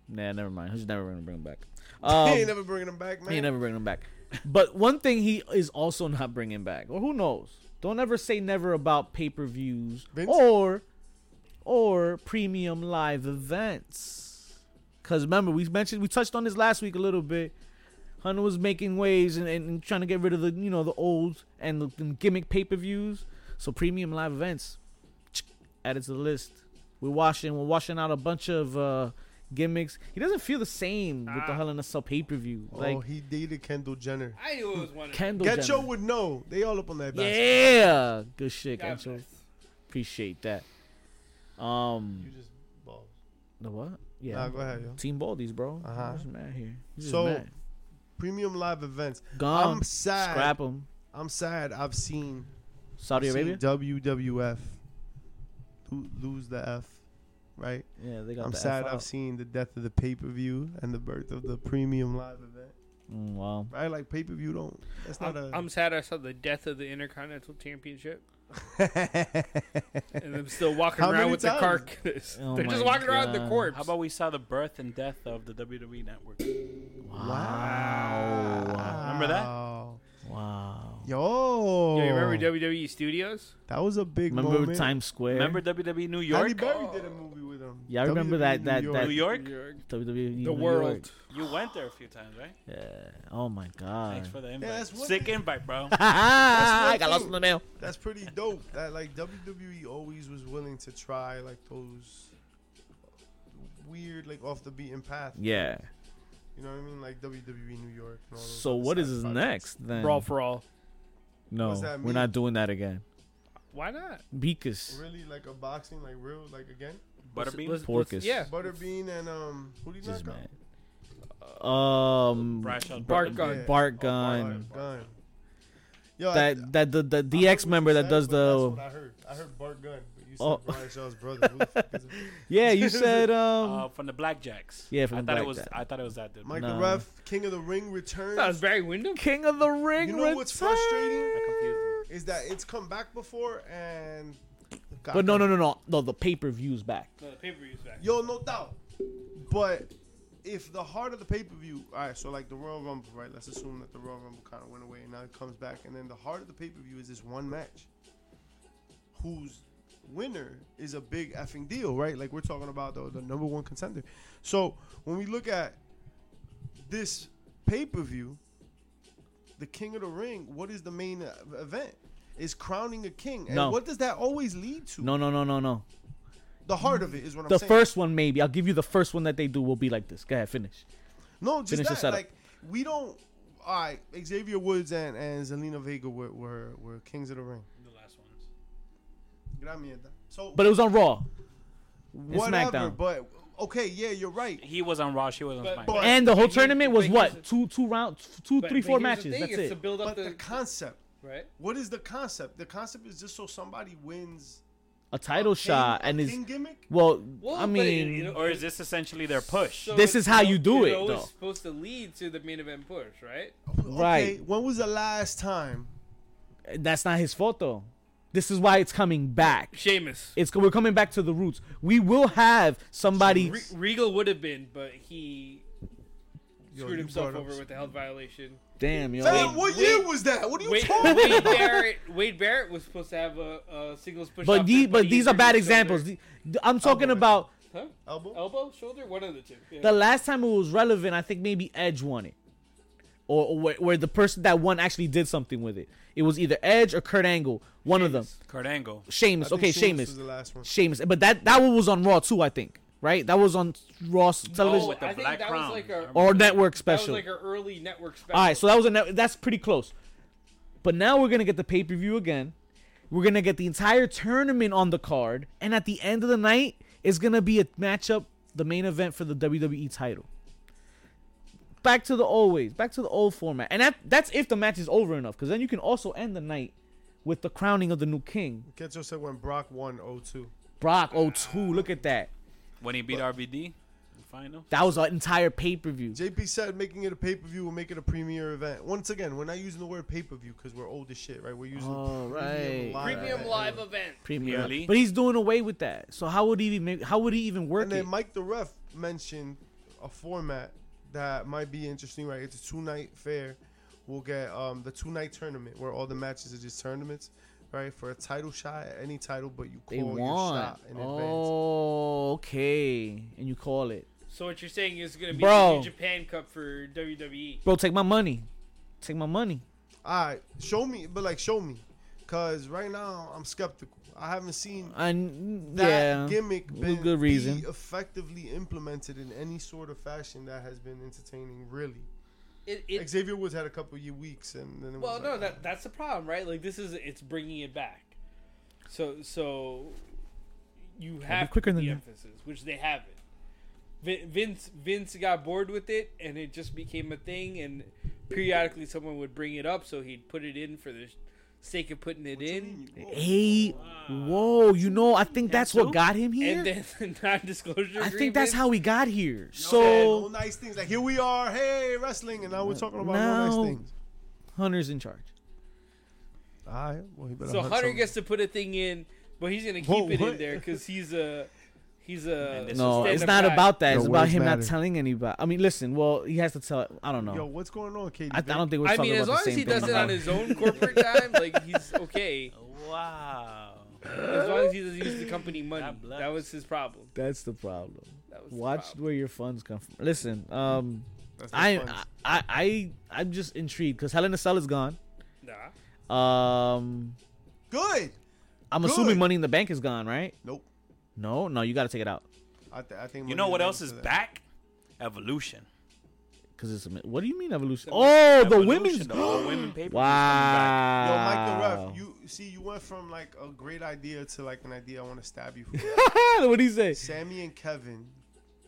S2: Nah, never mind. He's never gonna bring him back.
S1: he ain't
S2: Um,
S1: never bringing him back, man.
S2: he ain't never bringing him back. But one thing he is also not bringing back, or who knows? Don't ever say never about pay per views
S1: Vince?
S2: or or premium live events. Cause remember we mentioned we touched on this last week a little bit. Hunter was making waves and, and, and trying to get rid of the you know the old and the, the gimmick pay per views. So premium live events added to the list. We're washing we're washing out a bunch of uh, gimmicks. He doesn't feel the same with the
S4: Ah.
S2: Hell in a Cell pay per view. Like
S1: oh, he dated Kendall Jenner.
S4: I knew it was one. of them.
S2: Kendall
S1: Getcho
S2: Jenner.
S1: would know. They all up on that basket.
S2: Yeah, good shit,
S4: God
S2: Kencho.
S4: bless.
S2: Appreciate that.
S1: You
S2: Um,
S1: just balls.
S2: the what? Yeah,
S1: Nah, go ahead, yo.
S2: Team Baldies, bro.
S1: Uh-huh.
S2: What's mad here? He's just
S1: So-
S2: mad.
S1: Premium live events.
S2: gone.
S1: I'm sad.
S2: Um, Scrap them.
S1: I'm sad. I've seen,
S2: Saudi
S1: I've seen
S2: Arabia.
S1: WWF lo- lose the F, right?
S2: Yeah, they got.
S1: I'm
S2: the F
S1: sad.
S2: out.
S1: I've seen the death of the pay per view and the birth of the premium live event,
S2: Mm, wow.
S1: right? Like pay per view don't. That's not
S4: I'm,
S1: a. *laughs*
S4: I'm sad I saw the death of the Intercontinental Championship, and
S1: *laughs*
S4: I'm still walking
S1: How
S4: around
S1: many
S4: with
S1: times?
S4: the carcass. *laughs*
S2: Oh
S4: They're just
S2: my
S4: walking around the
S2: God.
S4: corpse.
S3: How about we saw the birth and death of the WWE network?
S2: Wow.
S3: Remember that?
S1: Wow.
S2: Wow.
S1: Yo.
S4: Yo, you remember WWE Studios?
S1: That was a big
S2: Remember
S1: moment.
S2: Times Square?
S3: Remember WWE New
S1: Halle
S3: York?
S1: Berry did a movie with him. E
S2: Yeah, I remember
S1: WWE
S2: that- that-
S1: New
S2: that-
S3: New
S1: York.
S3: York?
S2: WWE New
S4: The
S2: York.
S4: world.
S3: You went there a few times, right?
S2: Yeah. Oh my God.
S3: Thanks
S2: *laughs*
S3: for the
S1: Yeah,
S3: invite.
S1: that's one
S3: Sick
S1: thing.
S3: invite, bro.
S2: I
S1: one
S2: got lost
S1: thing.
S2: in the mail.
S1: That's pretty dope. That like WWE always was willing to try like those weird like off the beaten path.
S2: Yeah.
S1: You know what I mean? Like WWE New York. And all those
S2: So
S1: other
S2: what is
S1: side
S2: his
S1: projects.
S2: next then?
S4: Brawl for all.
S2: no,
S1: What's that
S2: we're
S1: mean?
S2: not doing that again.
S4: Why not?
S2: Because
S1: Really like a boxing like real like again.
S3: Butterbean.
S4: Let's-
S2: Porkus.
S4: let's- Yeah.
S1: Butterbean and um who did he
S2: just
S1: knock out?
S2: mad. Um,
S3: Bradshaw.
S4: Bart Gun.
S1: Yeah.
S2: Bart
S1: Oh, Bart
S2: Gun.
S1: Gun. Yo, I-
S2: That that the the
S1: I heard what
S2: DX
S1: you
S2: member that
S1: said,
S2: does
S1: but that's
S2: the
S1: what I heard. I heard Bart Gunn, but you said
S2: Oh.
S1: Brian Shaw's brother. Who the fuck is it?
S2: *laughs* yeah.
S1: *laughs*
S2: You said um.
S3: Uh, from the Blackjacks.
S2: Yeah, from
S3: I
S2: the
S3: thought it was.
S2: Blackjack.
S3: I thought it was that dude.
S1: Mike
S2: Nah.
S1: the Ref, King of the Ring returns.
S4: That was Barry Windham.
S2: King of the Ring.
S1: You know what's
S2: return.
S1: frustrating
S3: I confused him.
S1: is that it's come back before and.
S2: But no, no, no, no, no. The pay per view's back.
S4: No, the pay per view's back.
S1: Yo, no doubt. But if the heart of the pay per view, all right, so like the Royal Rumble, right? Let's assume that the Royal Rumble kind of went away and now it comes back, and then the heart of the pay per view is this one match, whose winner is a big effing deal, right? Like we're talking about the, the number one contender. So when we look at this pay per view, the King of the Ring, what is the main uh, event? Is crowning a king, and
S2: No.
S1: what does that always lead to?
S2: No, no, no, no, no.
S1: The heart of it is what I'm
S2: The
S1: saying.
S2: first one maybe. I'll give you the first one that they do will be like this. Go ahead, finish.
S1: No, just
S2: Finish the
S1: that.
S2: setup.
S1: Like we don't. All right, Xavier Woods and, and Zelina Vega were, were were kings of the ring.
S3: The last ones.
S1: Gran mierda. So,
S2: But it was on Raw
S1: whatever.
S2: SmackDown.
S1: But okay, yeah, you're right.
S3: He was on Raw. She was on
S4: But-
S3: SmackDown.
S1: but-
S2: and the whole
S4: But here's-
S2: tournament was
S4: but here's
S2: what
S4: the-
S2: two two rounds, two
S4: But-
S2: three
S4: but
S2: four
S4: here's the
S2: matches.
S4: thing,
S2: That's
S4: it's to
S2: it.
S4: build up
S1: But
S4: the,
S1: the concept.
S4: right.
S1: What is the concept? The concept is just so somebody wins
S2: A title
S1: a king-
S2: shot
S1: a
S2: and is
S1: king gimmick.
S2: well.
S4: Well,
S2: I
S4: but it-
S2: mean,
S4: it-
S3: or is this essentially their push?
S4: So
S2: This is
S4: it's
S2: how you do
S4: it's
S2: it,
S4: always
S2: though.
S4: supposed to lead to the main event push, right?
S1: Okay,
S2: right.
S1: when was the last time?
S2: that's not his fault though. This is why it's coming back.
S4: Sheamus.
S2: It's we're coming back to the roots. We will have somebody.
S4: Re- Regal would have been, but he
S1: Yo,
S4: screwed
S1: you
S4: himself
S1: brought up
S4: over with a health violation.
S2: Damn, yo.
S1: Fam, what
S4: Wait,
S1: year was that? What are you
S4: Wade,
S1: talking
S2: *laughs*
S4: Wade
S1: about?
S4: Barrett. Wade Barrett was supposed to have a, a singles push.
S2: But
S4: off
S2: these,
S4: for-
S2: but
S4: he
S2: these are
S4: injured
S2: bad
S4: his shoulder.
S2: examples. The- the-
S1: Oh,
S2: I'm talking
S1: Elbow.
S2: about
S4: Huh?
S1: Elbow?
S4: Elbow, shoulder, one of the two. Yeah.
S2: the last time it was relevant. I think maybe Edge won it, or, or where, where the person that won actually did something with it. It was either Edge or Kurt Angle, one of them.
S4: Sheamus.
S3: Kurt Angle.
S1: I
S2: Sheamus,
S1: think
S2: okay,
S1: Sheamus was
S2: Sheamus,
S1: the last one.
S2: Sheamus. But that that one was on Raw too, I think. Right? That was on Raw's
S3: Oh,
S2: television
S4: Oh, with the I think black that was crown. like a-
S2: or network
S4: that was
S2: special.
S4: like an early network special.
S2: All right, so that was a net- that's pretty close. But now we're gonna get the pay per view again. We're gonna get the entire tournament on the card, and at the end of the night, it's gonna be a matchup, the main event for the WWE title. Back to the always, back to the old format, and that that's if the match is over enough, because then you can also end the night with the crowning of the new king,
S1: Ketcho said when Brock won 02.
S2: Brock 02. Look at that.
S3: When he beat RVD in the final.
S2: That was an entire pay per view.
S1: JP said making it a pay per view will make it a premier event. Once again, we're not using the word pay per view because we're old as shit, right? We're using
S2: Oh, right.
S4: premium
S1: event.
S4: live event.
S2: Premier,
S3: League.
S2: but he's doing away with that. So how would he even make, how would he even work
S1: And then
S2: it?
S1: Mike the ref mentioned a format that might be interesting, right? It's a two night fair. We'll get um, the two night tournament where all the matches are just tournaments, right? For a title shot at any title, but you
S2: They Oh.
S1: call your
S2: want.
S1: shot in advance.
S2: Oh, okay. And you call it.
S4: So what you're saying is going to be
S2: Bro.
S4: the New Japan Cup for E. WWE.
S2: Bro, take my money. Take my money.
S1: All right, show me, but like show me, cause right now I'm skeptical. I haven't seen
S2: And
S1: that
S2: yeah,
S1: gimmick
S2: with
S1: been
S2: good reason.
S1: be effectively implemented in any sort of fashion that has been entertaining. Really,
S4: It, it,
S1: Xavier Woods had a couple of weeks, and then it
S4: well,
S1: was
S4: no,
S1: like,
S4: that that's the problem, right? Like this is it's bringing it back. So so you have to
S2: quicker
S4: put
S2: than
S4: the
S2: that.
S4: emphasis, which they haven't. Vin- Vince Vince got bored with it, and it just became a thing. And periodically, someone would bring it up, so he'd put it in for the sake of putting it in.
S1: oh,
S2: Hey, whoa, you know, I think that's what
S3: so-
S2: got him here.
S4: And then *laughs* the non-disclosure.
S2: I think that's
S4: agreement.
S2: how he got here.
S1: Yeah,
S2: So
S1: no nice things. Like here we are, hey wrestling, and now we're talking about no
S2: No.
S1: nice things.
S2: Hunter's in charge.
S1: All right, well, he better
S4: So
S1: hunt
S4: Hunter
S1: something.
S4: gets to put a thing in, but he's gonna keep
S1: Whoa,
S4: it
S1: what?
S4: in there because he's a he's a
S3: And this
S2: No,
S4: stand-up
S2: it's not
S4: guy.
S2: about that.
S1: Your
S2: It's about
S1: words
S2: him
S1: matter.
S2: not telling anybody. I mean, listen. Well, he has to tell. I don't
S1: Yo,
S2: know.
S1: what's going on, Katie?
S2: I, I don't think we're
S4: I
S2: talking
S4: mean, as
S2: about
S4: long
S2: the
S4: as
S2: same
S4: he does
S2: thing.
S4: it on his
S2: *laughs*
S4: own corporate time, like he's okay.
S3: Wow.
S4: As long as he doesn't use the company money,
S3: God bless.
S4: that was his problem.
S2: That's the problem.
S4: That was his
S2: Watch
S4: problem.
S2: where your funds come from. Listen, um,
S1: That's not
S2: I,
S1: funny.
S2: I, I, I, I'm just intrigued because Hell in a Cell is gone.
S4: Nah,
S2: Um,
S1: good.
S2: I'm
S1: Good.
S2: assuming Money in the Bank is gone, right?
S1: Nope.
S2: No, no, you got to take it out
S1: I, th- I think
S3: You know what
S1: Molina
S3: else
S1: for
S3: is
S1: that.
S3: back? Evolution.
S2: because it's a. mi- What do you mean evolution? Oh, the
S3: Evolution,
S2: women's. *gasps*
S3: the all women paper.
S1: Yo, Mike the
S2: Wow.
S1: ref, you see, you went from like a great idea to like an idea I want to stab you for.
S2: *laughs* what do you say?
S1: Sammy and Kevin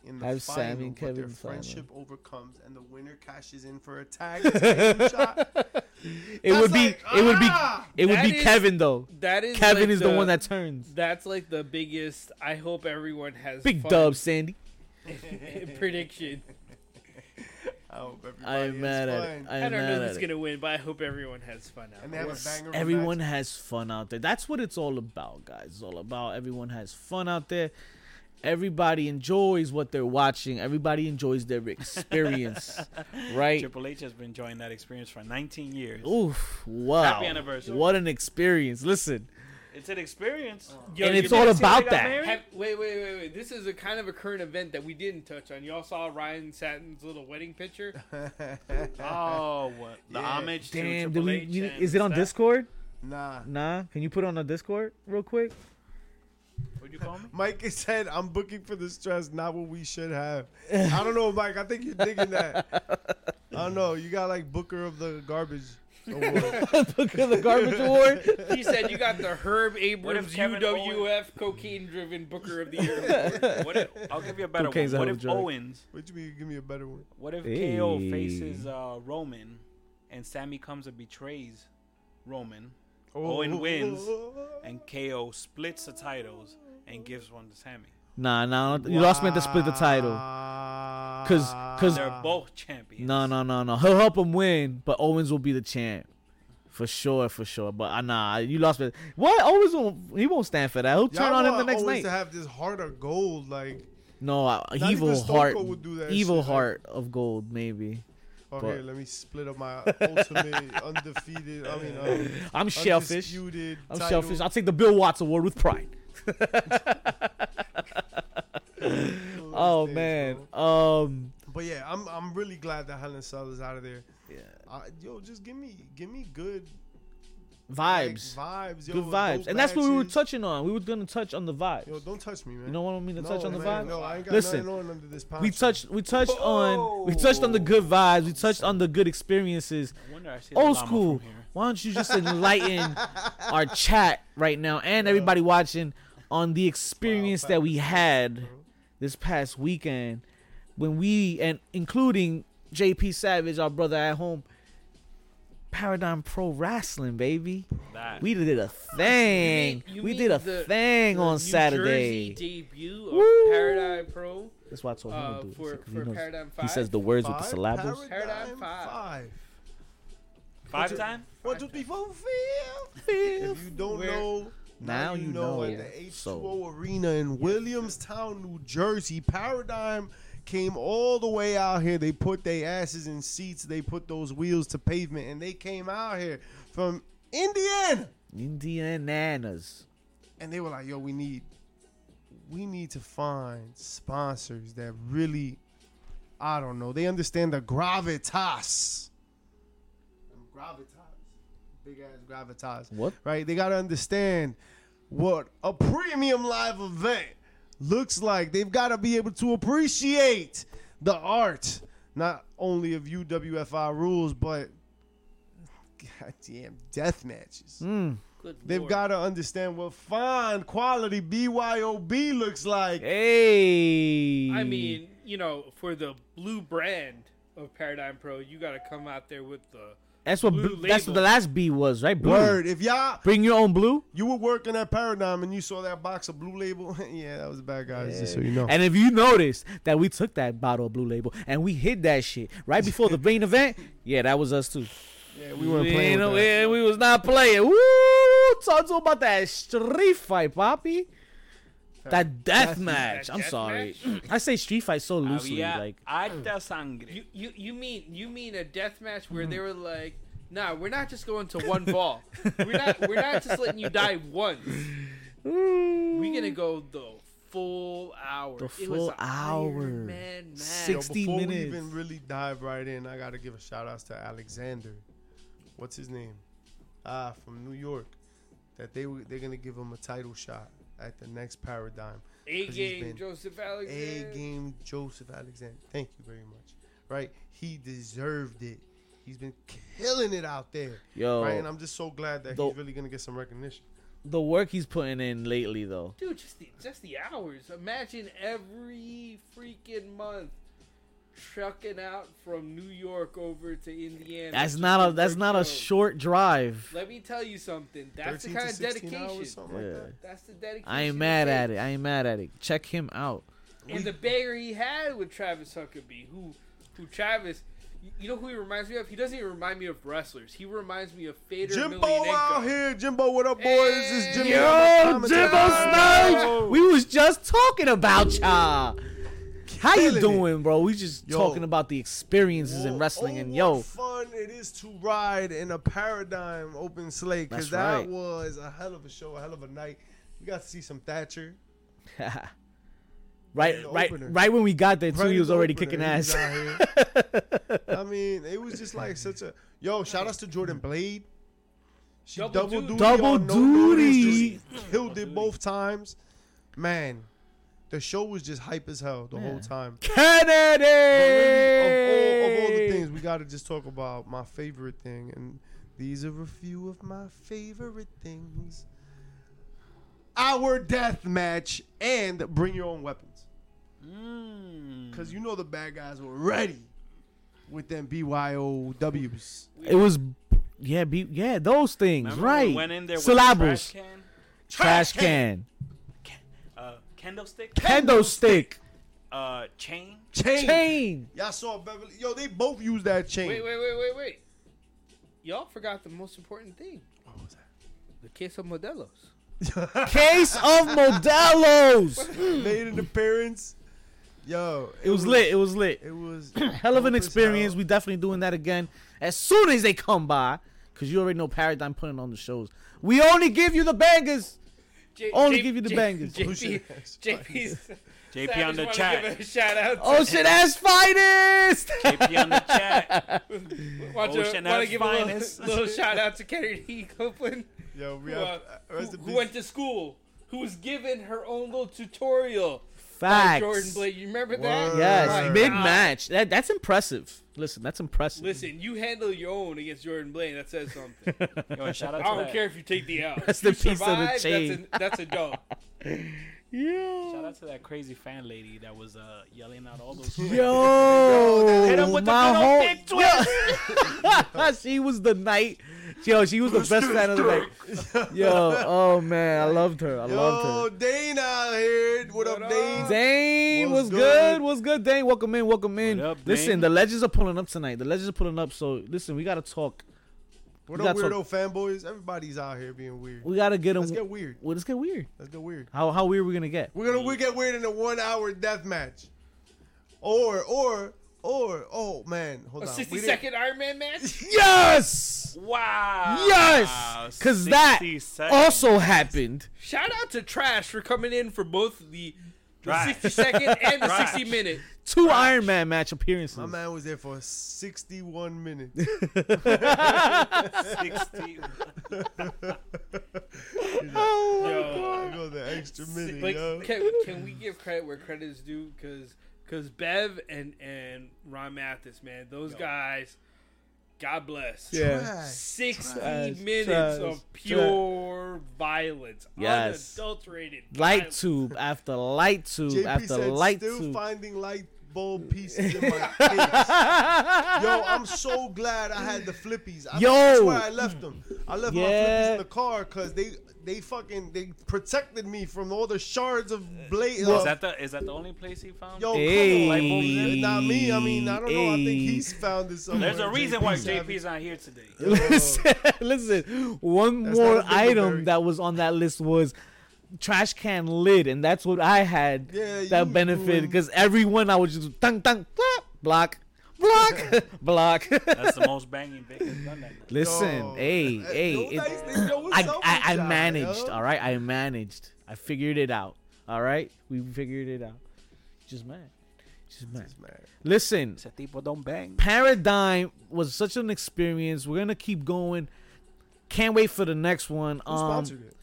S1: in the
S2: Have
S1: final,
S2: Sammy and
S1: but
S2: Kevin
S1: their
S2: in the final.
S1: friendship overcomes, and the winner cashes in for a
S2: *laughs*
S1: tag team shot.
S2: It would be.
S1: like,
S2: it would be.
S3: *laughs*
S1: ah!
S2: It would
S4: That
S2: be
S4: is-
S2: Kevin though.
S4: that is
S2: Kevin
S4: like
S2: is the, one that turns.
S4: That's like the biggest. I hope everyone has
S2: Big
S4: fun
S2: dub, Sandy.
S4: *laughs* prediction.
S1: I hope everybody
S2: I am mad at it.
S1: fun.
S2: I
S4: I
S2: am
S4: don't know
S2: mad
S4: who's
S2: at it.
S4: gonna win, but I hope everyone has fun out.
S1: And they have
S4: there.
S1: a banger. of a
S2: Everyone
S1: match.
S2: has fun out there. That's what it's all about, guys. It's all about everyone has fun out there. Everybody enjoys what they're watching. Everybody enjoys their experience, right?
S3: Triple H has been enjoying that experience for 19 years.
S2: Oof! Wow!
S3: Happy anniversary.
S2: What an experience! Listen,
S3: It's an experience.
S4: Yo,
S2: and
S4: you
S2: it's
S4: didn't
S2: all
S3: see when they
S2: about
S3: got
S2: that.
S3: married?
S4: Have, wait, wait, wait, wait. This is a kind of a current event that we didn't touch on. Y'all saw Ryan Satin's little wedding picture?
S3: *laughs* Oh, *laughs* what? The
S1: Yeah.
S3: homage to
S2: Damn, do
S3: Triple
S2: we,
S3: H.
S2: you-
S3: and
S2: is it on
S3: Seth.
S2: Discord?
S1: *laughs* nah.
S2: Nah, can you put it on the Discord real quick? *laughs*
S3: What'd you call me?
S1: Mike said, "I'm booking for the stress, not what we should have." I don't know, Mike. I think you're
S2: *laughs*
S1: digging that. I don't know. You got like Booker of the Garbage
S2: *laughs*
S1: Award.
S2: Book of the Garbage Award.
S4: *laughs* He said you got the Herb Abrams
S3: Kevin
S4: UWF cocaine driven Booker of
S2: *laughs*
S4: the Year.
S3: What if, I'll give you a better
S2: Cocaine's a
S3: one. What
S2: hell of
S3: if
S2: a drug.
S3: Owens?
S1: What you mean? Give me a better one.
S3: What if
S2: Hey.
S3: KO faces uh, Roman, and Sammy comes and betrays Roman, Owen wins. and KO splits the titles and gives one to Sammy?
S2: Nah, nah, you lost me at the split the title.
S1: Cause,
S2: 'cause-
S3: They're both champions.
S2: No, no, no, no. He'll help him win, but Owens will be the champ. For sure, for sure. But uh, nah, you lost me. What? Owens won't, he won't stand for that. He'll turn on him the next night.
S1: to have this heart of gold, like
S2: no, uh,
S1: even
S2: evil
S1: Stone
S2: heart.
S1: Cold would do that
S2: Evil
S1: shit, like-
S2: heart of gold, maybe.
S1: okay,
S2: But-
S1: let me split up my
S2: *laughs*
S1: ultimate undefeated. I mean, um,
S2: I'm shellfish.
S1: undisputed
S2: I'm
S1: title.
S2: shellfish. I'll take the Bill Watts award with pride. Oh
S1: Things,
S2: man.
S1: bro.
S2: Um
S1: But yeah, I'm I'm really glad that Helen Cell is out of there.
S2: Yeah.
S1: I, yo, just give me give me good like,
S2: vibes.
S1: vibes, yo,
S2: Good vibes.
S1: dope
S2: And that's what we were
S1: matches.
S2: touching on. We were gonna touch on the vibes.
S1: Yo, don't touch me, man.
S2: You know what I mean to touch on the
S1: man,
S2: vibes?
S1: No, I ain't got
S2: Listen,
S1: nothing on under this podcast.
S2: we touched we touched on we touched on the good vibes we touched on the good experiences
S3: I wonder I see the
S2: old
S3: llama
S2: school
S3: From here.
S2: why don't you just enlighten our chat right now and everybody watching on the experience that we had this past weekend when we and including jp savage our brother at home paradigm pro wrestling baby
S3: That.
S2: we did a thing
S4: You
S2: we
S4: mean
S2: did a
S4: the-
S2: thing
S4: the
S2: on
S4: New
S2: saturday
S4: Jersey debut of
S2: Woo.
S4: Paradigm Pro.
S2: that's why i told him
S4: uh,
S2: to do it
S4: for-
S2: 'cause
S4: for
S2: he, knows-
S4: Paradigm
S2: he says
S4: Five?
S2: the words with the
S1: Five,
S2: syllables
S1: Paradigm
S4: Paradigm five.
S1: five.
S3: Five time?
S1: One, two, three, four, five. If you don't
S4: Where-
S1: know, now, you know. At the H2O
S2: So-
S1: Arena in Williamstown, New Jersey, Paradigm came all the way out here. They put their asses in seats. They put those wheels to pavement, and they came out here from Indiana.
S2: Indiananas.
S1: And they were like, "Yo, we need, we need to find sponsors that really, I don't know, they understand the gravitas. Gravitas, big ass gravitas.
S2: What?
S1: Right? They gotta understand what a premium live event looks like. They've gotta be able to appreciate the art, not only of UWFI rules, but *laughs* goddamn death matches.
S4: Good
S1: They've
S4: lord.
S1: got to understand what fine quality BYOB looks like.
S2: Hey.
S4: I mean, you know, for the blue brand of Paradigm Pro, you got to come out there with the.
S2: that's what
S4: blue
S2: bl- that's what the
S4: label.
S2: last B was, right? Blue.
S1: Word, if y'all
S2: Bring your own blue.
S1: you were working at Paradigm and you saw that box of Blue Label, *laughs* yeah, that was bad guys. Just so you know.
S2: And if you notice that we took that bottle of Blue Label and we hid that shit right before
S1: *laughs*
S2: the main event, yeah, that was us too.
S1: yeah, we weren't
S2: We,
S1: playing.
S2: ain't-
S1: With
S2: we,
S1: that.
S2: ain't- we was not playing. Woo! Talk to about that street fight, Poppy. That death match.
S4: That
S2: I'm
S4: death
S2: sorry.
S4: match?
S2: *clears throat* I say street fight so loosely.
S3: Había
S2: Like,
S4: Mm.
S3: harta sangre.
S4: You, you you mean you mean a death match where they were like, nah, we're not just going to one ball. We're
S2: *laughs*
S4: not we're not just letting you die once. We're
S2: mm.
S4: gonna go the full hour.
S2: The
S4: it was
S2: full
S4: a
S2: hour.
S4: Iron Man match.
S1: Yo,
S2: 60
S1: before
S2: minutes.
S1: we even really dive right in, I gotta give a shout outs to Alexander. What's his name? Ah, from New York. That they were- they're gonna give him a title shot at the next Paradigm.
S4: A
S1: 'Cause he's
S4: game,
S1: been-
S4: Joseph Alexander.
S1: A game Joseph Alexander. Thank you very much. Right? He deserved it. He's been killing it out there.
S2: Yo.
S1: Right? And I'm just so glad that
S2: The-
S1: he's really gonna get some recognition.
S2: the work he's putting in lately, though.
S4: Dude, just the just the hours. Imagine every freaking month trucking out from New York over to Indiana.
S2: That's
S4: just
S2: not a
S4: to
S2: that's
S4: work
S2: not a
S4: out.
S2: short drive.
S4: Let me tell you something. That's the
S1: 13
S4: kind
S1: to
S4: of
S1: 16
S4: dedication.
S1: hours, something
S2: Yeah.
S1: like that.
S4: That's the dedication.
S2: I ain't mad at
S4: takes.
S2: it. I ain't mad at it. Check him out.
S4: And the banger he had with Travis Huckabee, who, who Travis, you- you know who he reminds me of? He doesn't even remind me of wrestlers. He reminds me of Fader
S1: Jimbo
S4: Emelianenko.
S1: out here. Jimbo, what up, boys? it's Jimbo.
S4: Yo,
S1: I'm a commentator.
S2: Snipes! We was just talking about y'all. How you
S1: Killing it.
S2: doing, bro? We just
S1: Yo.
S2: talking about the experiences in
S1: Oh,
S2: wrestling, and
S1: oh,
S2: yo,
S1: what fun it is to ride in a paradigm open slate because
S2: That's right.
S1: that was a hell of a show, a hell of a night. We got to see some Thatcher.
S2: *laughs* right,
S1: the
S2: right,
S1: opener.
S2: right when we got there, too,
S1: Right
S2: he
S1: in
S2: was
S1: the
S2: already
S1: opener,
S2: kicking
S1: he
S2: ass.
S1: was
S2: *laughs*
S1: out here. I mean, it was just like such a yo. Shout outs to Jordan Blade. She
S4: Double
S1: double,
S4: duty.
S1: duty.
S2: Double
S1: on no
S2: duty.
S1: notice, just Killed it both times. Man, the show was just hype as hell the whole time.
S2: Kennedy.
S1: But really, of, all, of all the things, we got to just talk about my favorite thing, and these are a few of my favorite things: our death match and bring your own weapons.
S3: Mm.
S1: Cause you know the bad guys were ready with them BYOWs.
S2: It was, yeah, be, yeah, those things,
S3: Remember when we
S2: right?
S3: Went in there with
S2: Syllables,
S3: Trash can,
S2: trash can,
S3: uh, kendo stick,
S2: kendo stick,
S3: uh, chain.
S1: Chain.
S2: chain.
S1: Y'all saw Beverly. Yo, they both used that chain.
S4: Wait, wait, wait, wait, wait. Y'all forgot the most important thing.
S1: What was
S4: The case of Modelos.
S1: that? *laughs*
S2: Case of Modelo's.
S1: Made an appearance. Yo,
S2: It was lit. It was lit.
S1: It was
S2: *clears throat* Hell of an
S1: dope as
S2: experience.
S1: hell.
S2: We definitely doing that again as soon as they come by. Cause you already know Paradigm putting on the shows. We only give you the bangers.
S4: J-
S2: Only give you the bangers.
S4: JP, JP's.
S3: JP
S4: Savage
S3: on the
S4: wanna Give
S3: chat.
S4: a shout out. To,
S2: Ocean ass finest.
S3: JP on the chat.
S4: want to,
S3: Ocean
S4: want to
S3: F
S4: give a little,
S3: finest.
S4: *laughs* little shout out to Kennedy Copeland,
S1: Yo, we
S4: who,
S1: have
S4: uh, who,
S1: rest in
S4: who
S1: peace.
S4: went to school, who was given her own little tutorial. by
S2: Facts.
S4: Jordan Blade, you remember that?
S1: Word.
S2: Yes,
S1: Right.
S2: mid
S4: God.
S2: match. That that's impressive. Listen, that's impressive.
S4: Listen, you handle your own against Jordan Blade. That says something.
S3: *laughs* Yo, shout out
S4: I
S3: to
S4: don't
S3: that.
S4: care if you take the L.
S2: That's
S4: You
S2: the piece of the
S4: survive, that's
S2: chain.
S4: an- That's a dope.
S3: Shout out to that crazy fan lady that was uh, yelling out all those.
S2: *laughs* Yo,
S3: Hit him with the
S2: my
S3: good old dick
S2: whole- Yo. *laughs* she was the night. Yo, she was the best fan of the night. Yo, oh man, I loved her. I
S1: Yo,
S2: loved
S1: Dane out here. What,
S4: What
S1: up,
S4: up?
S2: her.
S1: Dane?
S2: Dane
S1: Was
S2: was
S1: good.
S2: good. Was good. Dane, welcome in. Welcome in.
S3: What up,
S2: listen,
S3: Dane?
S2: the legends are pulling up tonight. The legends are pulling up. So listen, we gotta talk.
S1: What
S2: You
S1: up,
S2: got some-
S1: weirdo fanboys? Everybody's out here being weird.
S2: We gotta get them.
S1: Let's get weird.
S2: well, let's get weird.
S1: Let's get weird.
S2: How how weird we gonna get?
S1: We're gonna we get weird in a one hour death match, or or Or oh man, hold
S4: A
S1: on. We
S4: 60
S1: didn't-
S4: second Iron
S2: *laughs*
S4: Man match?
S2: Yes!
S3: Wow.
S2: Yes! Because that
S3: 60 seconds.
S2: also happened.
S4: Shout out to Trash for coming in for both the, the
S3: Trash.
S4: 60
S2: *laughs*
S4: second and the
S3: Trash.
S4: 60 minute.
S2: Two Iron Man match appearances.
S1: My man was there for 61 minutes.
S4: *laughs*
S3: 60.
S4: Yo,
S2: Oh
S1: I go the extra minute,
S4: like,
S1: yo.
S4: can, can we give credit where credit is due? Because because Bev and and Ron Mathis, man, those guys, God bless.
S2: Yeah.
S4: 60
S2: Trash,
S4: minutes
S2: trash,
S4: of pure violence.
S2: Yes.
S4: Unadulterated.
S2: *laughs* Light
S4: violence.
S2: tube after light
S1: *laughs*
S2: tube
S1: JP
S2: after
S1: said,
S2: light
S1: still
S2: tube.
S1: finding light
S2: *laughs*
S1: bulb pieces in my face. Yo, I'm so glad I had the flippies. I
S2: Yo.
S1: that's where I left them. I left my flippies
S2: Yeah.
S1: in the car because they they fucking they protected me from all the shards of blade. uh,
S3: Is
S1: of-
S3: that the is that the only place he found?
S1: Yo,
S2: Hey.
S1: come on, like, it's not me. I mean, I don't know. I think
S2: Hey.
S1: he's found this somewhere.
S3: There's a reason why
S1: savage.
S3: JP's not here today.
S2: *laughs* listen, listen. One
S1: That's
S2: more
S1: not a Dingleberry.
S2: item that was on that list was trash can lid, and that's what I had
S1: Yeah,
S2: that
S1: you
S2: benefited
S1: doing-
S2: because everyone I would just tung tung plop, block
S1: *laughs*
S2: block *laughs* block.
S3: That's the most banging Bacon's done that night.
S2: listen,
S1: *laughs* Yo.
S2: hey
S1: Uh,
S2: hey,
S1: yo,
S2: it-
S1: nice thing, yo, what's
S2: I,
S1: up
S2: I I
S1: with y'all,
S2: managed.
S1: yo?
S2: All right, I managed. I figured it out. All right, we figured it out. Just mad. Just mad. Listen,
S3: Ese tipo don't bang.
S2: Paradigm was such an experience. We're gonna keep going. Can't wait for the next one.
S1: Who
S2: Um,
S1: sponsored it?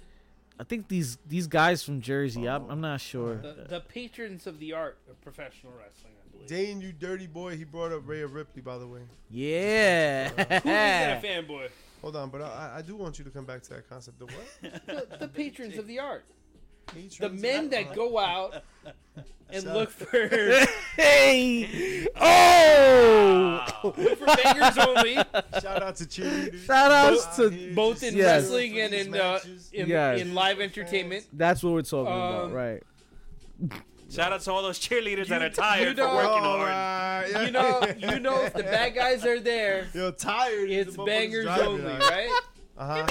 S2: I think these these guys from Jersey. I'm, I'm not sure.
S4: The, the patrons of the art of professional wrestling, I believe.
S1: Dane, you dirty boy. He brought up Rhea Ripley, by the way.
S2: *laughs*
S4: Who is that
S2: Yeah. *laughs*
S4: fanboy?
S1: Hold on, but I, I- I do want you to come back to that concept.
S4: *laughs*
S1: The what?
S4: The, the patrons of the art. The
S1: Patrons?
S4: men that go *laughs* out and
S1: Shut
S4: look *laughs*
S1: up.
S4: for,
S2: hey. Oh.
S4: look for bangers only,
S1: Shout out to cheerleaders.
S2: Shout outs
S1: Out
S2: to-
S1: here,
S4: both
S1: just
S4: in
S2: Yes.
S4: wrestling and in, uh,
S1: matches.
S4: in,
S2: Yes.
S4: in live entertainment.
S2: That's what we're talking about,
S4: Um,
S2: right?
S3: Shout out to all those cheerleaders that
S4: You-
S3: are tired
S4: you
S3: for
S4: know-
S3: working
S1: All
S3: hard.
S1: right, yeah.
S4: You *laughs* know, you
S1: *laughs*
S4: know, if the bad guys are there,
S1: Yo, tired. is
S4: it's
S1: the motherfuckers
S4: bangers
S1: driving
S4: only,
S1: out.
S4: right?
S1: Uh-huh.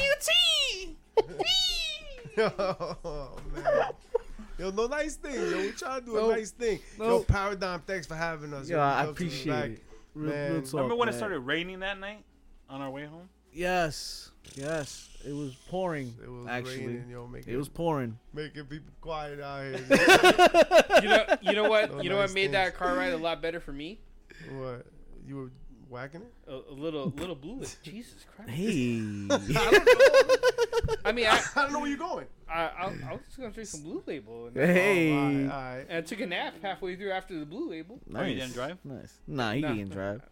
S1: *laughs* oh, man. Yo, no nice thing. Yo, we try to do
S2: No.
S1: a nice thing. Yo,
S2: No.
S1: Paradigm, thanks for having us.
S2: Yeah,
S1: Yo, we
S2: I
S1: love to be
S2: appreciate
S1: back.
S2: it. Real,
S1: Man.
S2: real talk,
S3: Remember when it
S2: man.
S3: started raining that night on our way home?
S2: Yes. Yes. It was pouring.
S1: It was
S2: actually,
S1: raining, yo, making,
S2: it was pouring.
S1: making people quiet out here.
S4: You know, you know what,
S1: No
S4: *laughs* you know what
S1: nice
S4: made that
S1: things.
S4: car ride a lot better for me?
S2: *laughs*
S1: what? You were whacking it?
S4: A, a little, little blue. Jesus Christ!
S2: Hey.
S1: *laughs* I don't know.
S4: I mean, I,
S1: I don't know where you're going. Oh,
S4: I, I, I was just gonna drink some blue label, and,
S2: hey.
S1: All right, all right.
S4: and I took a nap halfway through after the blue label.
S2: Nice.
S3: Oh, you didn't drive?
S2: Nice. Nah, he
S4: Nah.
S2: didn't drive.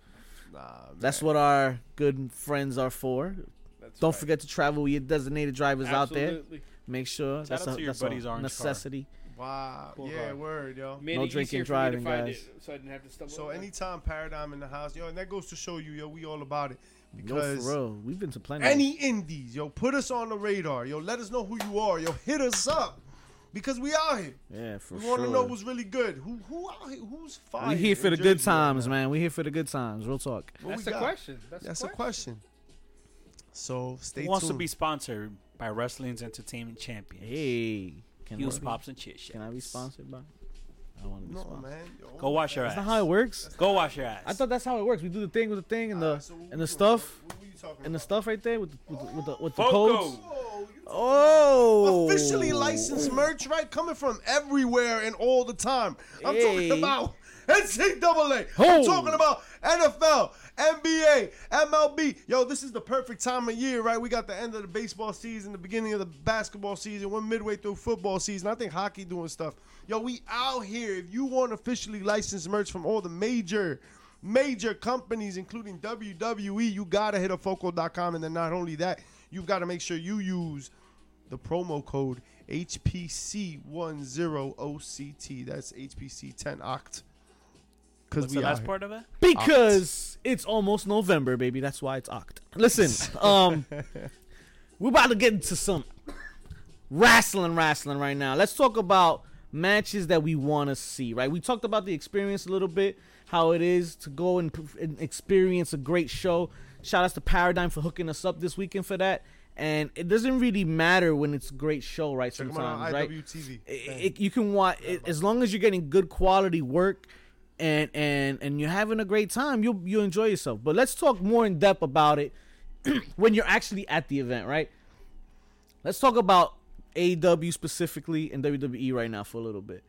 S1: Nah, man.
S2: That's what our good friends are for.
S4: That's
S2: Don't
S4: right.
S2: forget to travel with your designated drivers out there.
S4: Absolutely.
S2: Make sure
S3: Shout
S2: that's
S3: out
S2: a,
S3: to your
S2: that's
S3: buddies,
S2: a
S3: Orange Car.
S2: necessity.
S1: Wow.
S4: Cool
S1: yeah,
S4: guy.
S1: word, yo.
S4: Made
S2: No
S4: it
S2: drinking
S4: easier for me to
S2: driving,
S4: find
S2: guys.
S4: It, so I didn't have to stumble.
S1: So
S4: over it.
S1: anytime Paradigm in the house, yo, and that goes to show you, yo, we all about it
S2: Yo,
S1: because
S2: for real, we've been to plenty.
S1: any indies, yo, put us on the radar, yo, let us know who you are, yo, hit us up because we out here.
S2: yeah, for
S1: We
S2: sure.
S1: want to know what's really good. Who who out here? Who's fire?
S2: we here for
S1: in
S2: the good
S1: Jersey right
S2: times,
S1: now?
S2: man. We here for the good times. Real talk.
S1: What
S4: That's
S1: we
S4: the
S1: got?
S4: question. That's,
S1: That's
S4: the
S1: a
S4: question.
S1: question. So stay
S3: Who wants
S1: tuned.
S3: to be sponsored by Wrestling's Entertainment Champion?
S2: Hey, can,
S3: Heels,
S2: I,
S3: pops, and chit shit.
S2: can I be sponsored by? I want to be
S1: no
S2: sponsored.
S1: man. Yo,
S3: Go wash your
S2: That's
S3: ass.
S2: not how it works.
S3: Go wash your ass.
S2: I thought that's how it works. We do the thing with the thing and the
S1: Alright, so what we
S2: and the
S1: doing?
S2: stuff
S1: What were you talking
S2: and the
S1: about?
S2: stuff right there with the, with the, with the, with the
S3: Foco.
S2: codes.
S1: Whoa, you
S2: Oh,
S1: officially licensed merch, right? Coming from everywhere and all the time. I'm
S2: Hey.
S1: talking about *laughs* NCAA.
S2: Ho.
S1: I'm talking about NFL, NBA, MLB. Yo, this is the perfect time of year, right? We got the end of the baseball season, the beginning of the basketball season. We're midway through football season. I think hockey doing stuff. Yo, we out here. If you want officially licensed merch from all the major major companies, including WWE, you gotta hit a foco.com. And then not only that, you've got to make sure you use the promo code HPC10OCT. That's HPC10OCT. Because
S3: What's the
S1: we
S3: last
S1: are.
S3: part of it?
S2: because it's almost November, baby. That's why it's oct. Listen, um, we're about to get into some wrestling, wrestling right now. Let's talk about matches that we want to see. Right, we talked about the experience a little bit, how it is to go and, p- and experience a great show. Shout outs to Paradigm for hooking us up this weekend for that. And it doesn't really matter when it's a great show, right?
S1: Check 'em out
S2: sometimes,
S1: on
S2: right?
S1: IWTV.
S2: it, it- you can watch it, as long as you're getting good quality work. and and and you're having a great time, you you enjoy yourself. But let's talk more in depth about it *clears throat* when you're actually at the event, right? Let's talk about AW specifically and WWE right now for a little bit.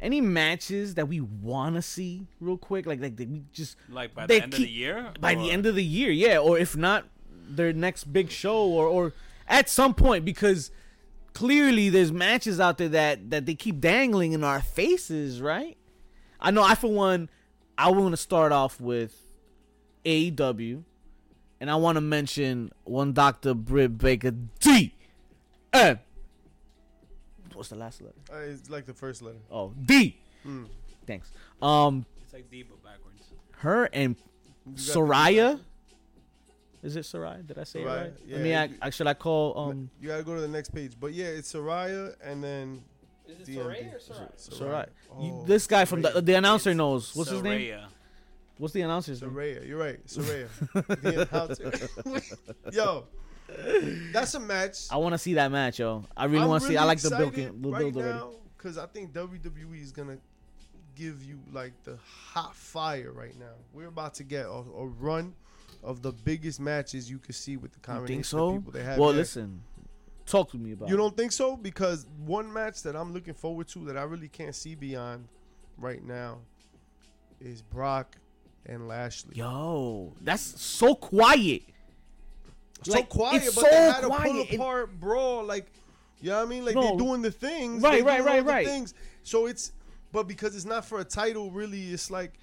S2: Any matches that we want to see real quick, like like that we just
S3: Like by
S2: they
S3: the end of
S2: keep-
S3: the year?
S2: by the end of the year, yeah, or if not their next big show or or at some point because clearly there's matches out there that that they keep dangling in our faces, right? I know I for one I want to start off with AEW and I want to mention one Dr. Britt Baker D M What's the last letter?
S1: Uh, it's like the first letter.
S2: Oh, D. Thanks. Um
S3: It's like D, but backwards.
S2: her and
S1: You got-
S2: Soraya. Is it Soraya? Did I say
S1: Soraya,
S2: it right?
S1: yeah,
S2: I mean, I,
S1: you-
S2: I, uh, should I call um
S1: You gotta go to the next page. But yeah, it's Soraya and then
S4: Is it
S1: DMD.
S4: Saray or Sarai?
S2: Soraya? You-
S1: Oh,
S2: this guy from the,
S1: Soraya.
S2: the announcer
S3: It's
S2: knows. What's his name?
S3: Soraya.
S2: What's the announcer's name?
S1: Soraya, you're
S2: *laughs*
S1: right. Soraya. The announcer. Yo, that's a match.
S2: I want to see that match, yo. I really want to see. I like the build, the build already.
S1: because I think WWE is gonna give you like the hot fire right now. We're about to get a, a run of the biggest matches you can see with the
S2: You
S1: combination
S2: think
S1: of
S2: so?
S1: people they have.
S2: well,
S1: Yeah.
S2: listen, talk to me about.
S1: You
S2: it.
S1: don't think so? Because one match that I'm looking forward to that I really can't see beyond right now is Brock and Lashley.
S2: Yo, that's so quiet.
S1: so
S2: like,
S1: quiet,
S2: it's
S1: but
S2: so
S1: they had a
S2: quiet. It-
S1: pull apart brawl. Like, you know what I mean? Like
S2: No.
S1: they're doing the things,
S2: Right,
S1: they're
S2: right,
S1: doing
S2: right,
S1: all the
S2: right.
S1: Things. So it's, but because it's not for a title, really, it's like.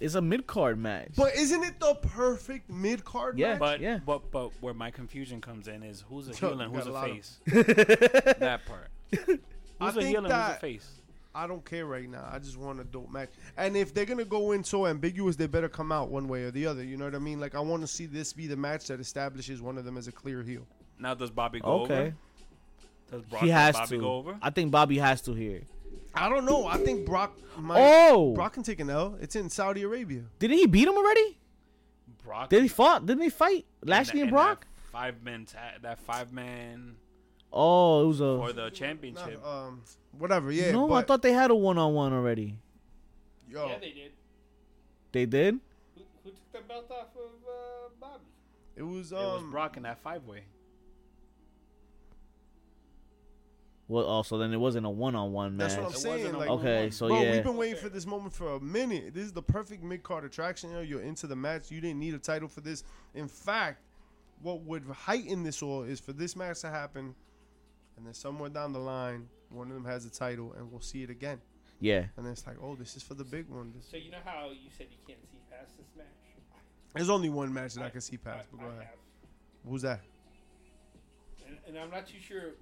S2: It's a mid card match.
S1: But isn't it the perfect mid card?
S2: Yeah.
S1: match?
S3: But,
S2: Yeah.
S3: but but where my confusion comes in is who's
S2: *laughs*
S3: a
S1: Yo,
S3: heel and
S1: you
S3: who's
S1: got a
S3: a
S1: lot of-
S3: face. that part.
S1: I
S3: Who's a
S1: think
S3: heel and who's a
S1: that
S3: face?
S1: I don't care right now. I just want a dope match. And if they're gonna go in so ambiguous, they better come out one way or the other. You know what I mean? Like I want to see this be the match that establishes one of them as a clear heel.
S3: Now does Bobby go
S2: okay,
S3: over? Does Brock
S2: he has
S3: Bobby
S2: to.
S3: go over?
S2: I think Bobby has to here.
S1: I don't know. I think Brock. Might,
S2: Oh!
S1: Brock can take an L. It's in Saudi Arabia.
S2: Didn't he beat him already?
S3: Brock
S2: Did he fought? Didn't they fight? Lashley
S3: that-
S2: and
S3: that
S2: Brock?
S3: Five men, ta- that five man
S2: Oh, it was a.
S3: for the
S1: Nah,
S3: championship.
S1: um, whatever. Yeah.
S2: no, I
S1: but-
S2: thought they had a one on one already.
S3: Oh.
S1: Yo,
S4: Yeah, they did.
S2: They did?
S4: Who, who took the belt off of uh, Bobby?
S1: it was.
S3: it
S1: Um,
S3: was Brock in that five way.
S2: Well, also then it wasn't a one on one match.
S1: That's what I'm
S3: It
S1: saying.
S3: wasn't a
S1: Like,
S3: moment.
S2: okay, so
S1: bro,
S2: yeah,
S1: we've been waiting for this moment for a minute. This is the perfect mid card attraction. You know, you're into the match. You didn't need a title for this. In fact, what would heighten this all is for this match to happen, and then somewhere down the line, one of them has a title, and we'll see it again.
S2: yeah.
S1: And then it's like, oh, this is for the big one. This-
S4: So you know how you said you can't see past this match?
S1: There's only one match that I can see past. But go ahead. Who's that?
S4: have. And, and I'm not too sure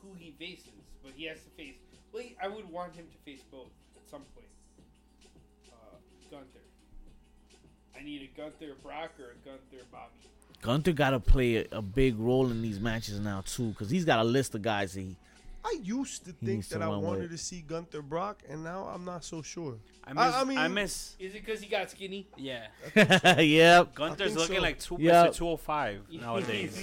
S4: who he faces, but he has to face. Well, he- I would want him to face both at some point. Uh, Gunther. I need a Gunther Brock or a Gunther Bobby.
S2: Gunther got to play a, a big role in these matches now too, because he's got a list of guys that he. *laughs*
S1: I used to think
S2: needs
S1: that I
S2: someone
S1: wanted
S2: with-
S1: to see Gunther Brock, and now I'm not
S3: *laughs*
S1: so sure.
S3: I miss.
S1: I-
S3: I,
S1: I mean-
S3: miss.
S4: Is it because he got skinny? *laughs*
S3: Yeah,
S2: yep. *laughs*
S3: Gunther's
S1: think
S3: looking
S1: so.
S3: like two
S2: Yeah.
S3: two hundred
S2: *laughs*
S3: five nowadays.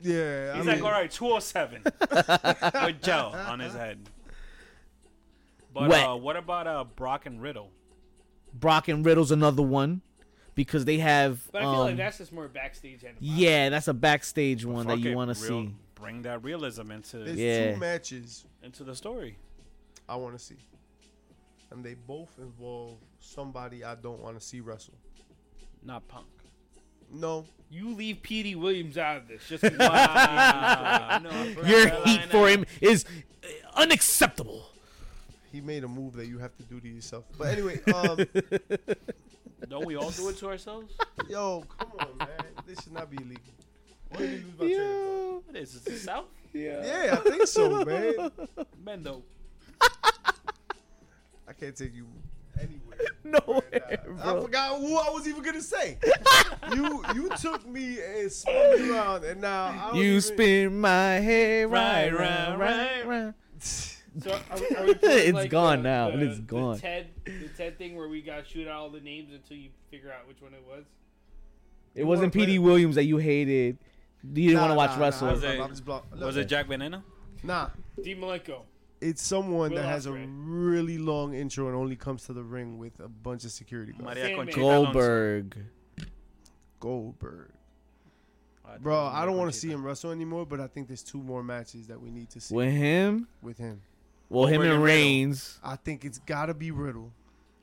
S1: Yeah, I
S3: He's
S1: mean-
S3: like, all right, two
S2: *laughs*
S3: hundred seven with gel on his head. But
S2: Wet.
S3: uh, what about uh, Brock and Riddle?
S2: Brock and Riddle's another one, because they have.
S4: But I feel
S2: um,
S4: like that's just more backstage animosity.
S2: yeah, that's a backstage one that
S3: Fuck
S2: you
S3: it,
S2: want to
S3: real-
S2: see.
S3: Bring that realism into
S1: There's
S2: Yeah.
S1: two matches
S3: into the story.
S1: I want to see, and they both involve somebody I don't want to see wrestle.
S3: Not punk.
S1: No,
S4: You leave Petey Williams out of
S1: *laughs*
S4: this. Just 'cause-
S3: Wow. No,
S2: *laughs*
S3: I'm from
S2: Your
S3: Carolina.
S2: heat for him is uh, unacceptable.
S1: he made a move that you have to do to yourself.
S2: *laughs*
S1: But anyway, um,
S3: Don't we all do it to ourselves?
S1: yo, come on, man, this should not be illegal. Why did you lose my train of thought?
S3: What is this? The South?
S1: Yeah, *laughs* I think so, man.
S3: Mendo.
S1: I can't take you anywhere.
S2: *laughs* No,
S1: I
S2: *laughs* bro.
S1: forgot who I was even gonna say. *laughs* you you took me and spun me around, and now I don't
S2: You
S1: even-
S2: spin my head right,
S3: Right,
S2: right,
S3: right,
S2: right, right.
S4: So
S2: *laughs*
S4: are we, are we playing,
S2: It's
S4: like,
S2: gone
S4: the-
S2: now,
S4: The,
S2: it's gone.
S4: The Ted, the Ted thing where we got shoot out all the names until you figure out which one it was.
S2: It wasn't
S1: wanna play
S2: P.D.
S1: it?
S2: Williams that you hated. You didn't
S1: Nah,
S2: want to watch
S1: nah, nah,
S2: wrestle.
S1: I'm
S3: Was it-
S1: I'm just block-
S3: Was it Jack Banana?
S1: Nah,
S4: D Malenko.
S1: it it's someone
S4: Will
S1: that has a
S4: Ospreay.
S1: really long intro and only comes to the ring with a bunch of security guards.
S3: Maria
S4: Sandman.
S3: Conchita Alonso.
S2: Goldberg.
S1: Goldberg.
S3: I thought it
S1: Bro,
S3: was
S1: I don't
S3: Maria
S1: want to
S3: Ah, Conchita.
S1: see him wrestle anymore, but I think there's two more matches that we need to see
S2: With him,
S1: with him.
S2: well, him
S3: Goldberg
S2: and
S3: and Riddle.
S2: Reigns.
S1: I think it's got to be Riddle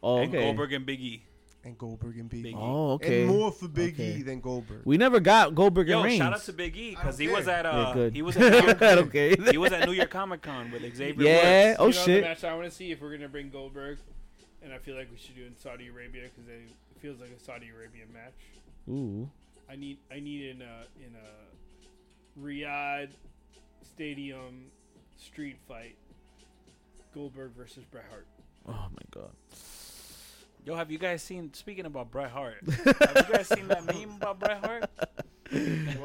S2: Oh,
S3: And
S2: okay.
S3: Goldberg and Biggie.
S1: and Goldberg and Big E.
S3: Big E.
S2: Oh, okay.
S1: And more for Big
S2: Okay.
S1: E than Goldberg.
S2: We never got Goldberg
S3: Yo,
S2: and Reigns.
S3: shout out to Big E
S1: I
S3: because
S1: don't
S3: he was
S1: care.
S3: at
S2: yeah,
S3: uh
S2: good.
S3: he was
S2: *laughs*
S3: at
S2: I don't care either.
S3: he was at New
S2: *laughs*
S3: York Comic Con with Xavier.
S2: Yeah.
S3: Woods.
S2: Oh
S4: You know,
S2: shit.
S4: The match I want to see if we're gonna bring Goldberg, and I feel like we should do it in Saudi Arabia because it feels like a Saudi Arabian match.
S2: Ooh.
S4: I need I need in a in a Riyadh stadium street fight. Goldberg versus Bret Hart.
S2: Oh my god.
S3: Yo, have you guys seen? Speaking about Bret Hart, have you guys
S2: *laughs*
S3: seen that meme about Bret Hart?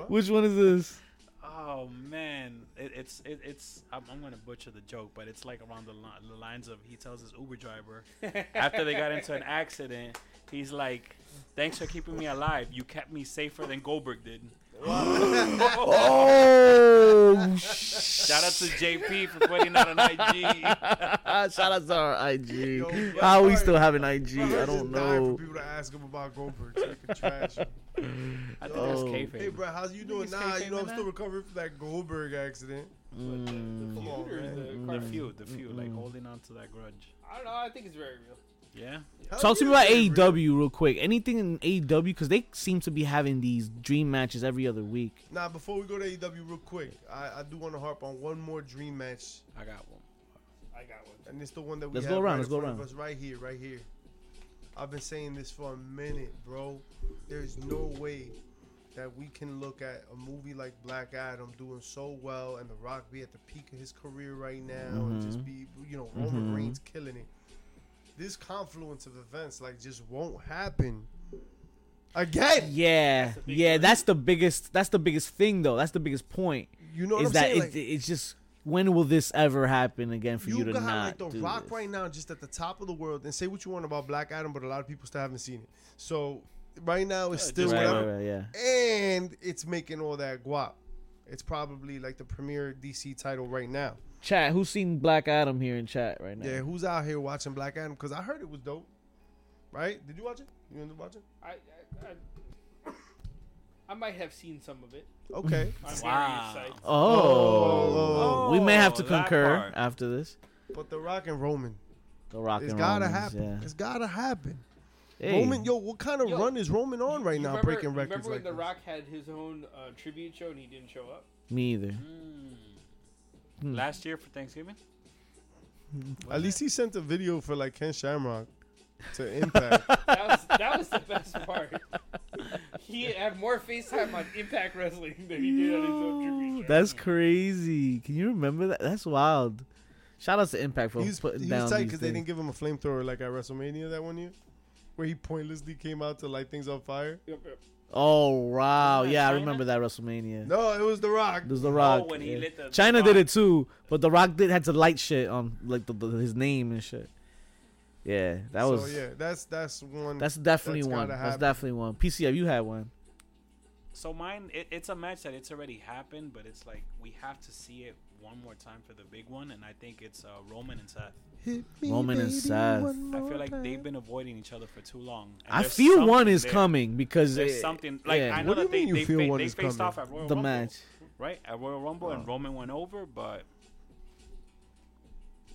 S2: Which one is this?
S3: Oh man, it, it's it, it's I'm, I'm gonna butcher the joke, but it's like around the, li- the lines of he tells his Uber driver after they got into an accident, he's like, "Thanks for keeping me alive. You kept me safer than Goldberg did."
S2: Oh.
S3: Shout out to JP for putting out an *laughs* IG.
S2: *laughs* Shout out to our IG.
S1: Yo, Bret
S2: How we
S1: Hart-
S2: still have an IG?
S1: Bro,
S2: I don't
S1: I'm just dying
S2: know.
S1: For people to ask him about Goldberg, so you can
S2: *laughs*
S1: trash him.
S3: I think that's
S2: Oh.
S1: Hey,
S3: kayfabe.
S1: bro, how's you doing?
S3: Niggas
S1: Nah,
S3: can't
S1: you know
S3: say
S1: I'm still
S3: nothing.
S1: recovering from that Goldberg accident.
S4: But the,
S2: Mm.
S4: the
S1: uh, Come on,
S4: feud or
S1: man.
S4: the
S3: The
S4: card-
S3: feud, the feud, like holding on to that grudge.
S4: I don't know. I think it's very real.
S3: Yeah.
S1: Hell
S2: Talk to me
S1: Oh, yeah,
S2: about E
S1: they real.
S2: AEW real quick. Anything in AEW because they seem to be having these dream matches every other week.
S1: Nah, before we go to AEW real quick, I, I do want to harp on one more dream match,
S3: I got one.
S4: I got one.
S1: and it's the one that we
S2: Let's
S1: have
S2: go around,
S1: right
S2: let's
S1: in
S2: go
S1: front of
S2: around.
S1: us right here, right here. I've been saying this for a minute, bro. There's no way that we can look at a movie like Black Adam doing so well, and The Rock be at the peak of his career right now, and
S2: Mm-hmm.
S1: just be, you know, Roman
S2: Mhm.
S1: Reigns killing it. This confluence of events, like, just won't happen again.
S2: Yeah,
S4: the big
S2: yeah,
S4: one.
S2: that's the biggest. That's the biggest thing though. That's the biggest point
S1: You know what
S2: is
S1: I'm
S2: that
S1: saying?
S2: it,
S1: Like,
S2: it's just when will this ever happen again for you, to
S1: got
S2: not
S1: like the
S2: do
S1: Rock
S2: this?
S1: right now, just at the top of the world. And say what you want about Black Adam, but a lot of people still haven't seen it. So right now it's
S3: Uh,
S1: still
S3: just
S2: Right,
S1: whatever,
S2: right, right, yeah.
S1: and it's making all that guap. It's probably like the premier DC title right now.
S2: Chat. Who's seen Black Adam here in chat right now?
S1: Yeah, who's out here watching Black Adam? Because I heard it was dope. Right? Did you watch it? You ended up watching?
S4: I I, I I might have seen some of it.
S2: *laughs*
S1: Okay.
S4: I'm very
S3: Wow.
S4: psyched.
S2: Oh,
S3: Oh,
S2: we may have to
S3: that
S2: concur
S3: part.
S2: after this.
S1: but The Rock and Roman,
S2: The Rock
S1: it's
S2: and
S1: gotta
S2: Romans,
S1: happen.
S2: yeah.
S1: It's gotta happen.
S2: Hey,
S1: Roman, yo, what kind of
S4: Yo,
S1: run is Roman on right
S4: You
S1: now,
S4: remember-
S1: breaking
S4: remember
S1: records
S4: when
S1: like
S4: The
S1: this?
S4: Rock had his own uh, tribute show and he didn't show up?
S2: me either.
S3: Mm. Last year for Thanksgiving.
S1: At least he sent a video for like Ken Shamrock
S2: *laughs*
S1: to Impact.
S4: That was, that was the best part. He had more FaceTime on Impact Wrestling than he did on his own tribute show.
S2: That's crazy. Can you remember that? That's wild. Shout out to Impact for
S1: he was,
S2: putting
S1: he
S2: down
S1: was tight
S2: these
S1: because they didn't
S2: things.
S1: give him a flamethrower like at WrestleMania that one year, where he pointlessly came out to light things on fire.
S4: Yep, yep.
S2: Oh wow,
S3: Yeah,
S2: yeah, I
S3: China?
S2: remember that WrestleMania.
S1: No, it was The Rock.
S2: There's the Rock.
S3: Oh, when he
S2: yeah.
S3: lit the- the
S2: China did
S3: Rock.
S2: it too, but the Rock did had to light shit on like the, the- his name and shit. Yeah, that was.
S1: so, yeah. That's that's one.
S2: That's definitely
S1: That's
S2: one.
S1: gotta
S2: That's
S1: happen.
S2: definitely one. PCF, you had one.
S3: So mine, it, it's a match that it's already happened, but it's like we have to see it one more time for the big one, and I think it's uh, Roman and Seth.
S1: Hit me,
S2: Roman and
S1: baby,
S2: Seth.
S1: one
S3: I
S1: more
S3: feel like they've
S1: time.
S3: been avoiding each other for too long. and
S2: I
S3: there's
S2: feel one
S3: something
S2: is
S3: there.
S2: coming because
S3: There's
S2: it-
S3: something like
S2: yeah,
S3: I know
S1: What do
S3: that
S1: you
S3: they
S1: mean you
S3: they,
S1: feel
S3: fa-
S1: one
S3: they
S1: is
S3: faced
S1: coming?
S3: off at Royal
S2: the
S3: Rumble,
S2: match.
S3: right? At Royal Rumble, and Roman went over, but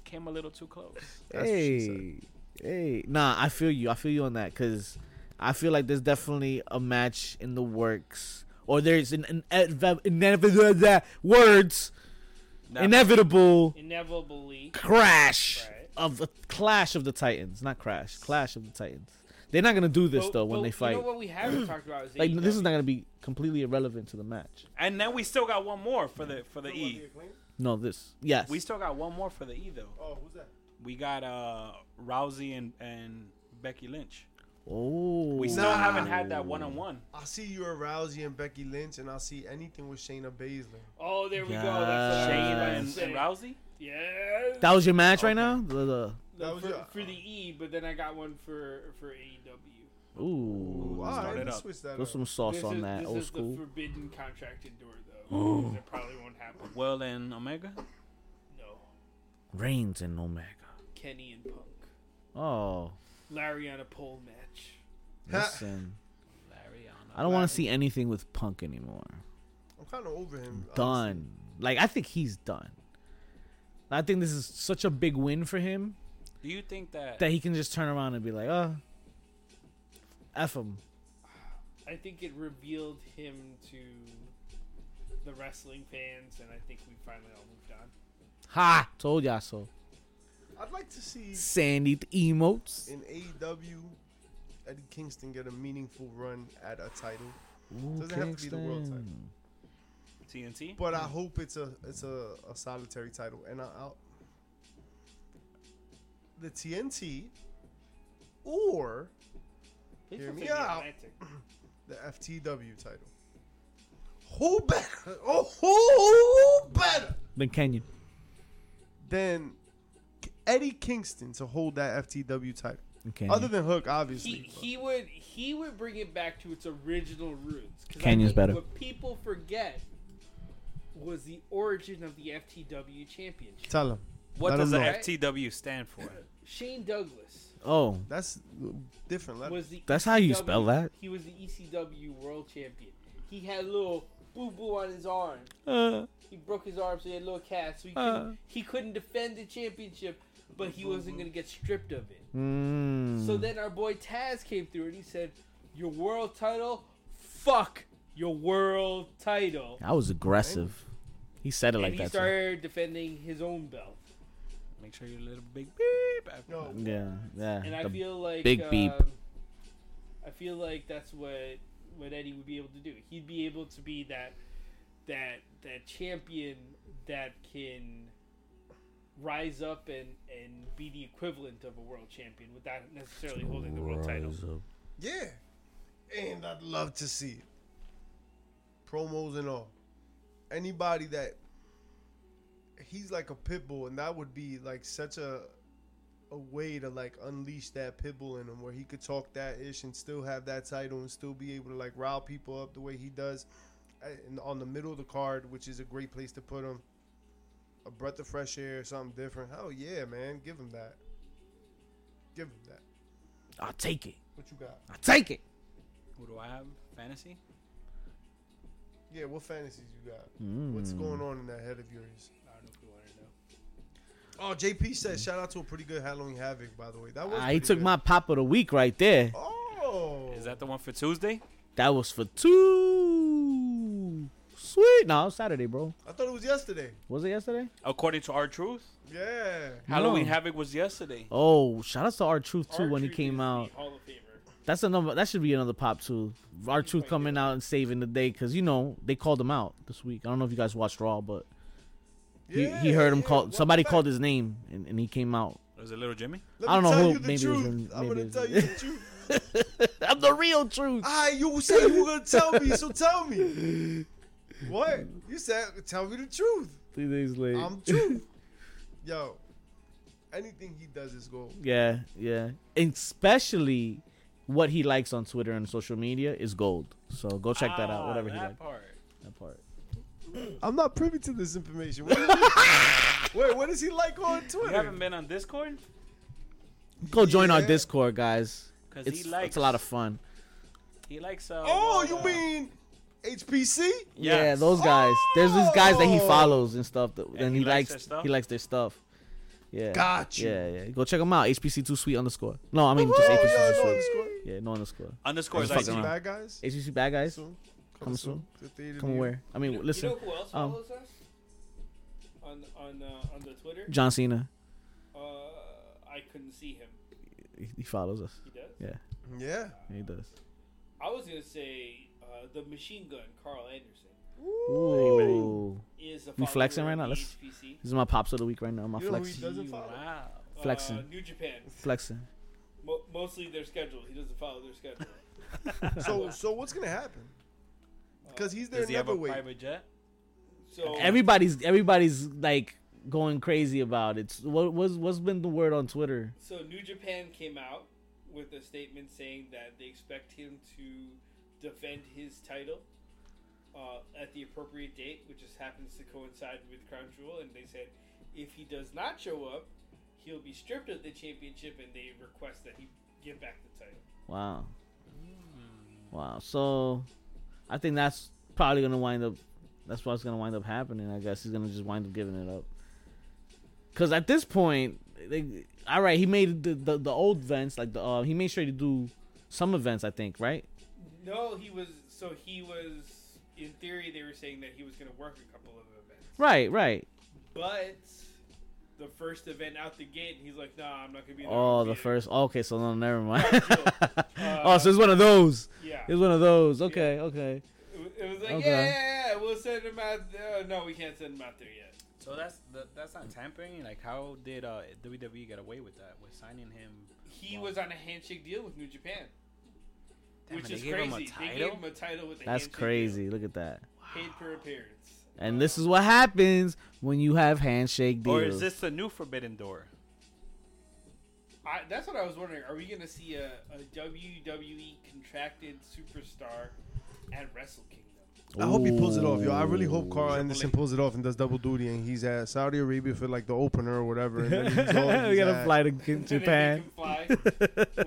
S3: came a little too close.
S1: That's what she said.
S2: hey, hey, nah, I feel you. I feel you on that because I feel like there's definitely a match in the works, or there's an, an adve- inevitable words
S3: Now,
S2: inevitable
S4: Inevitably.
S2: crash
S4: Right.
S2: of a clash of the Titans, not crash, clash of the Titans. They're not gonna do this
S4: But-
S2: though uh, when
S4: but
S2: they fight.
S4: You know what um, we haven't talked about is E
S2: like
S4: AEW.
S2: this is not gonna be completely irrelevant to the match.
S3: and then we still got one more for the for the E.
S2: No, this yes.
S3: We still got one more for the E though.
S1: Oh, who's that?
S3: We got uh Rousey and and Becky Lynch.
S2: oh,
S3: We still
S1: Nah.
S3: haven't had that one on one.
S1: I'll see you at Rousey and Becky Lynch, and I'll see anything with Shayna Baszler.
S4: Oh, there we
S2: Yeah.
S4: go. That's what
S3: Shane
S4: I
S2: Shayna
S4: was
S3: and,
S4: about to
S3: and Rousey.
S4: say. Yes.
S2: That was your match right
S3: Okay.
S2: now. The, the-
S4: No,
S1: That was
S4: for,
S1: your-
S4: for the E, but then I got one for for E AEW.
S2: ooh,
S1: Ooh, all
S3: start
S1: right,
S3: it
S1: let's
S3: up.
S1: switch that
S2: throw
S1: up.
S2: some sauce
S4: this
S2: on
S4: is,
S2: that
S4: this
S2: old
S4: is
S2: school.
S4: the forbidden
S2: *gasps*
S4: contracted door, though. because It probably won't happen.
S3: Well and Omega.
S4: No.
S2: Reigns and Omega.
S4: Kenny and Punk.
S2: Oh,
S4: Larry on a pole match.
S2: listen.
S3: Larry on
S2: I don't want to see anything with Punk anymore.
S1: Oh, I'm kind of over him. honestly.
S2: Done. Like I think he's done. I think this is such a big win for him
S3: Do you think that?
S2: that he can just turn around and be like, "Uh, f him."
S4: I think it revealed him to the wrestling fans, and I think we finally all moved on.
S2: Ha! Told y'all so.
S1: I'd like to see
S2: Sandy the emotes.
S1: in AEW Eddie Kingston get a meaningful run at a title,
S2: Ooh,
S1: Doesn't have to be the world title.
S2: Kingston.
S3: TNT.
S1: but I
S4: Mm.
S1: hope it's a it's a, a solitary title. And I, I'll the TNT or
S4: Please
S1: Hear
S4: don't
S1: me
S4: say the
S1: out.
S4: Atlantic.
S1: the FTW title. Who better? *laughs* Oh, who better
S2: Then Kenyon.
S1: than Eddie Kingston to hold that FTW title?
S2: Okay.
S1: Other than Hook, obviously.
S4: He, he would he would bring it back to its original roots. 'Cause I
S2: Canyon's
S4: think
S2: better.
S4: What people forget was the origin of the FTW championship.
S1: Tell him.
S3: what
S1: Let
S3: does
S1: him
S3: the
S1: know.
S3: FTW stand
S1: *laughs*
S3: for?
S4: Shane Douglas
S2: oh,
S1: That's different. Let
S4: was the
S2: That's how you
S4: ECW
S2: spell that?
S4: He was the ECW world champion. He had a little boo boo on his arm.
S2: uh,
S4: He broke his arm, so he had a little cast. So he,
S2: Uh.
S4: couldn't, he couldn't defend the championship, but he wasn't going to get stripped of it.
S2: mm,
S4: So then our boy Taz came through and he said, "Your world title, fuck your world title."
S2: that was aggressive. He said it like
S4: and he
S2: that. too.
S4: started defending his own belt.
S3: Make sure you let a big beep. After
S1: No.
S3: that.
S2: Yeah, yeah.
S4: And I
S2: the-
S4: feel like
S2: big beep.
S4: um, I feel like that's what what Eddie would be able to do. He'd be able to be that that that champion that can rise up and and be the equivalent of a world champion without necessarily holding the world title.
S1: Yeah. And I'd love to see it. Promos and all. Anybody that he's like a pit bull, and that would be like such a a way to like unleash that pit bull in him where he could talk that ish and still have that title and still be able to like rile people up the way he does uh, and on the middle of the card, which is a great place to put him. A breath of fresh air, something different. Hell yeah, man. Give him that. Give him that.
S2: I'll take it.
S1: What you got?
S2: I'll take it.
S3: What do I have? Fantasy.
S1: Yeah, what fantasies you got? What's
S2: Hmm.
S1: going on in that head of yours?
S4: I don't know if we want to know.
S1: Oh, JP said, shout out to a pretty good Halloween Havoc, by the way. That was.
S2: Ah, he
S1: pretty
S2: took
S1: good.
S2: my pop of the week right there.
S1: Oh.
S3: Is that the one for Tuesday?
S2: That was for two. Sweet. No, it was Saturday, bro.
S1: I thought it was yesterday.
S2: Was it yesterday?
S3: According to our truth,
S1: Yeah.
S3: Halloween
S2: No.
S3: Havoc was yesterday.
S2: Oh, shout out to our truth too when he
S4: R-Truth
S2: came
S4: is the
S2: out.
S4: Hall of Famer.
S2: That's another. That should be another pop too. Our truth coming out and saving the day because you know they called him out this week. I don't know if you guys watched Raw, but he,
S1: yeah
S2: he heard him
S1: yeah.
S2: call.
S1: Welcome
S2: Somebody
S1: back.
S2: called his name and, and he came out. *laughs*
S3: Was it Little Jimmy?
S1: Let
S2: I
S1: me
S2: don't know
S1: tell
S2: who-
S1: You the
S2: maybe it was
S1: truth.
S2: him,
S1: I'm
S2: maybe it
S1: going to
S2: was
S1: tell
S2: him.
S1: you the truth.
S2: I'm the real truth.
S1: Ah, you said you were going to tell me, so tell me. What? You said, tell me the truth.
S2: Three days later.
S1: I'm truth. Yo, anything he does is gold.
S2: Yeah, yeah. And especially what he likes on Twitter and social media is gold. So go check that out.
S3: Ah,
S2: Whatever he
S3: that
S2: likes.
S3: part.
S2: That part.
S1: I'm not privy to this *laughs* information. What is- Wait, what is he like on Twitter?
S3: You haven't been on Discord?
S2: Go join our
S1: Yeah.
S2: Discord, guys.
S3: 'Cause
S2: It's
S3: he likes
S2: it's a lot of fun.
S3: He likes uh,
S1: Oh,
S3: uh,
S1: you mean HPC?
S2: Yeah,
S3: Yes.
S2: those guys. There's these guys that he
S1: Oh!
S2: follows and stuff. That, and,
S3: he
S2: he, likes,
S3: likes their stuff?
S2: he likes their stuff. Yeah.
S1: Got you.
S2: Yeah, yeah. Go check them out. HPC two sweet underscore. No, I mean just
S1: Oh, yeah,
S2: HPC
S1: no,
S2: sweet.
S1: the score.
S2: Yeah, no underscore.
S3: underscore is
S2: Fucking
S1: Is it
S2: around.
S3: IC.
S1: bad guys?
S2: HPC bad guys.
S1: Soon.
S2: Come soon.
S1: The theater
S2: Come
S1: near-
S2: where? I mean,
S4: You know,
S2: listen.
S4: You know who else
S2: um,
S4: follows us on on uh, on the Twitter?
S2: John Cena.
S4: Uh, I couldn't see him.
S2: He, he follows us.
S4: He does.
S2: Yeah,
S1: Yeah.
S2: he does.
S4: I was gonna say uh, the machine gun Carl Anderson
S2: Ooh.
S4: is a
S2: You flexing
S4: follower
S2: right
S4: of
S2: now?
S4: the
S2: Let's-
S4: HPC.
S2: This is my pops of the week right now. My
S1: You know who he
S2: flex,
S1: doesn't follow?
S3: Wow.
S2: Flexing.
S4: Uh, New Japan,
S2: flexing.
S4: Mo- mostly their schedule. He doesn't follow
S2: *laughs*
S4: their schedule.
S1: So, so what's gonna happen? Because he's there
S3: Does he have a
S1: never wait.
S3: private jet?
S1: Oh.
S4: So
S2: Everybody's everybody's like going crazy about it. What was what's been the word on Twitter?
S4: so New Japan came out with a statement saying that they expect him to defend his title uh, at at the appropriate date, which just happens to coincide with Crown Jewel, and they said if he does not show up, he'll be stripped of the championship, and they request that he give back the title.
S2: Wow. Wow. So, I think that's probably gonna wind up. That's what's gonna wind up happening. I guess he's gonna just wind up giving it up. Cause at this point, they, all right, he made the, the the old events like the uh, he made sure to do some events. I think right.
S4: No, he was so he was in theory they were saying that he was going to work a couple of events,
S2: Right. Right.
S4: but the first event out the gate, he's like, "Nah, I'm not going to be." there."
S2: Oh,
S4: I'll
S2: the
S4: be there."
S2: first. Okay, so no, never mind. *laughs* oh,
S4: Uh,
S2: so it's one of those.
S4: Yeah,
S2: It's one of those. Okay. Okay.
S4: It was- it was like,
S2: Okay.
S4: yeah, yeah, yeah, we'll send him out. There. No, we can't send him out there yet.
S3: So that's the, that's not tampering. Like, how did uh, WWE get away with that? With signing him,
S4: He
S3: Wow.
S4: was on a handshake deal with New Japan,
S3: Damn,
S4: which
S3: and they
S4: is
S3: gave
S4: crazy.
S3: him a
S4: They
S3: title?
S4: gave him a title with a
S2: That's
S4: handshake
S2: crazy. Look at that.
S4: Deal. Paid per appearance.
S2: And
S1: Uh,
S2: this is what happens when you have handshake deals.
S3: or is this the new Forbidden Door?
S4: I, that's what I was wondering. Are we going to see a, a WWE contracted superstar at Wrestle Kingdom?
S1: I hope he pulls it off, yo. I really hope Carl
S4: Ooh.
S1: Anderson pulls it off and does double duty, and he's at Saudi Arabia for like the opener or whatever. And then he's
S2: *laughs*
S1: all-
S2: we
S1: he's
S2: gotta
S1: at-
S2: fly to
S4: And if they
S2: *laughs* Japan.
S1: *laughs*
S4: can fly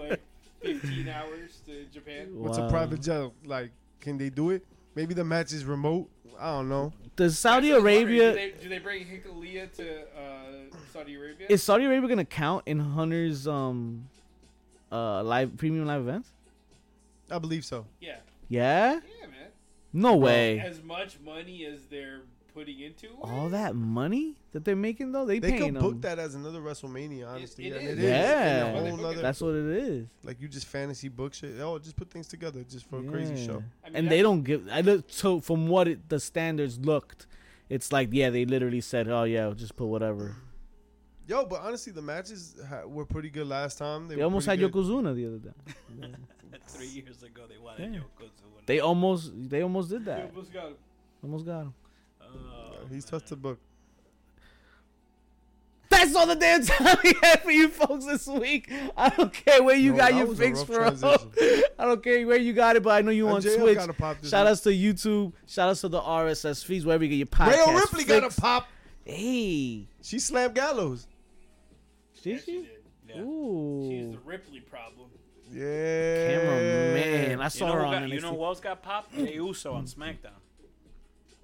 S4: like 15 hours to Japan.
S1: What's
S2: Wow.
S1: a private jet like? Can they do it? Maybe the match is remote. I don't know.
S2: Does Saudi
S4: I was wondering,
S2: Arabia
S4: Do they, do they bring Hikalia to uh, Saudi Arabia?
S2: is Saudi Arabia gonna count in Hunter's um uh live premium live events?
S1: I believe so.
S4: yeah.
S2: Yeah?
S4: Yeah, man.
S2: No way.
S4: As much money as they're putting into it,
S2: All that money that they're making though, they,
S1: They
S2: paying
S1: could
S2: them.
S1: book that as another WrestleMania, honestly.
S4: it
S1: and
S4: is.
S1: it is.
S2: um, Yeah.
S1: And a whole
S4: Yeah.
S1: nother-
S2: That's what it is.
S1: like you just fantasy book shit. Oh, just put things together just for a crazy
S2: Yeah.
S1: show.
S4: I mean,
S2: and they don't give. I look so from what it, the standards looked, it's like yeah, they literally said, oh yeah, just put whatever.
S1: Yo, but honestly, the matches ha- were pretty good last time.
S2: They
S1: were
S2: almost had
S1: pretty good.
S2: Yokozuna the other day.
S3: *laughs* Three years ago, they wanted
S2: Yeah.
S3: Yokozuna.
S2: They almost they almost did
S4: They
S2: that.
S4: almost got him.
S2: Almost got him.
S3: Oh,
S1: He's tough to book.
S2: That's all the damn *laughs* time we had for you folks this week. I don't care where you
S1: No,
S2: got
S1: that
S2: your
S1: was a
S2: fix
S1: rough
S2: from.
S1: transition.
S2: *laughs* I don't care where you got it, but I know you on
S1: MJF
S2: Twitch.
S1: gotta pop this
S2: Shout
S1: week.
S2: outs to YouTube. Shout outs to the RSS feeds wherever you get your podcast.
S1: Rayo Ripley got
S2: fix.
S1: a pop.
S2: Hey,
S1: She slammed Gallows.
S2: did
S4: Yes, she
S2: she?
S4: did.
S3: Yeah.
S2: Ooh,
S4: She's the Ripley problem.
S1: Yeah.
S2: cameraman. I
S3: You
S2: saw
S3: know
S2: her
S3: who
S2: on
S3: got-
S2: NXT.
S3: You know who else got popped?
S2: Mm.
S3: Jey Uso on SmackDown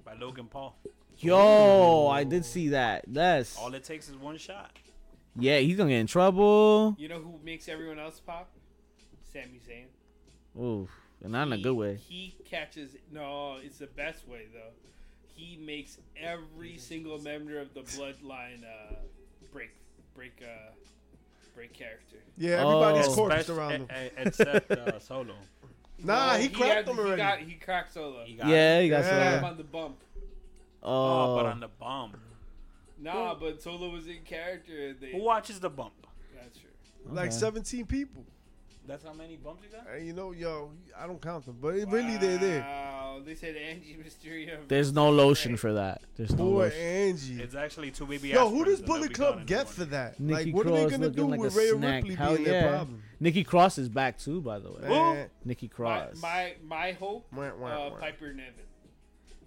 S3: by Logan Paul.
S2: Yo, I did see that. That's
S3: All it takes is one shot.
S2: yeah. He's gonna get in trouble.
S4: You know who makes everyone else pop? Sami Zayn.
S2: Ooh, and not in a
S4: He-
S2: good way.
S4: He catches. No, it's the best way though. He makes every single member of the bloodline uh, break, break, uh, break character.
S1: Yeah, everybody's
S2: Oh.
S1: corpsed
S3: Spec-
S1: around him.
S3: e- e- except uh, Solo.
S1: Nah,
S3: Oh,
S4: No,
S1: he cracked
S4: had-
S1: him already.
S4: He, got, he cracked solo.
S3: He
S2: *laughs*
S3: got
S2: Yeah, you got
S1: Yeah.
S2: yeah.
S4: Got him on the bump.
S2: Oh,
S3: Oh, but on the bump.
S4: Nah, but Solo was in character. And
S3: Who
S4: they,
S3: watches the bump?
S4: that's true.
S1: Like
S2: Oh, okay.
S1: 17 people.
S3: That's how many bumps you got.
S1: And you know, yo, I don't count them, but it really eh? they're there.
S4: Wow, they said Angie Mysterio.
S2: there's no lotion for that. There's no
S1: Poor
S2: lotion.
S1: Angie.
S3: It's actually two baby.
S1: Yo,
S3: aspirins,
S1: who does
S3: and they'll
S1: Bullet
S3: be gone
S1: Club
S3: in
S1: get
S3: the
S1: for
S3: morning.
S1: that?
S2: Nikki
S1: like, what are they
S2: Cross
S1: gonna
S2: looking
S1: do
S2: like a
S1: with Rhea
S2: snack.
S1: Ripley
S2: Hell
S1: being their
S2: yeah.
S1: problem?
S2: Nikki Cross is back too, by the way.
S1: Man.
S2: Nikki
S4: My,
S2: Cross.
S4: my my hope,
S1: Wah, wah,
S4: uh,
S1: wah.
S4: Piper Nevin.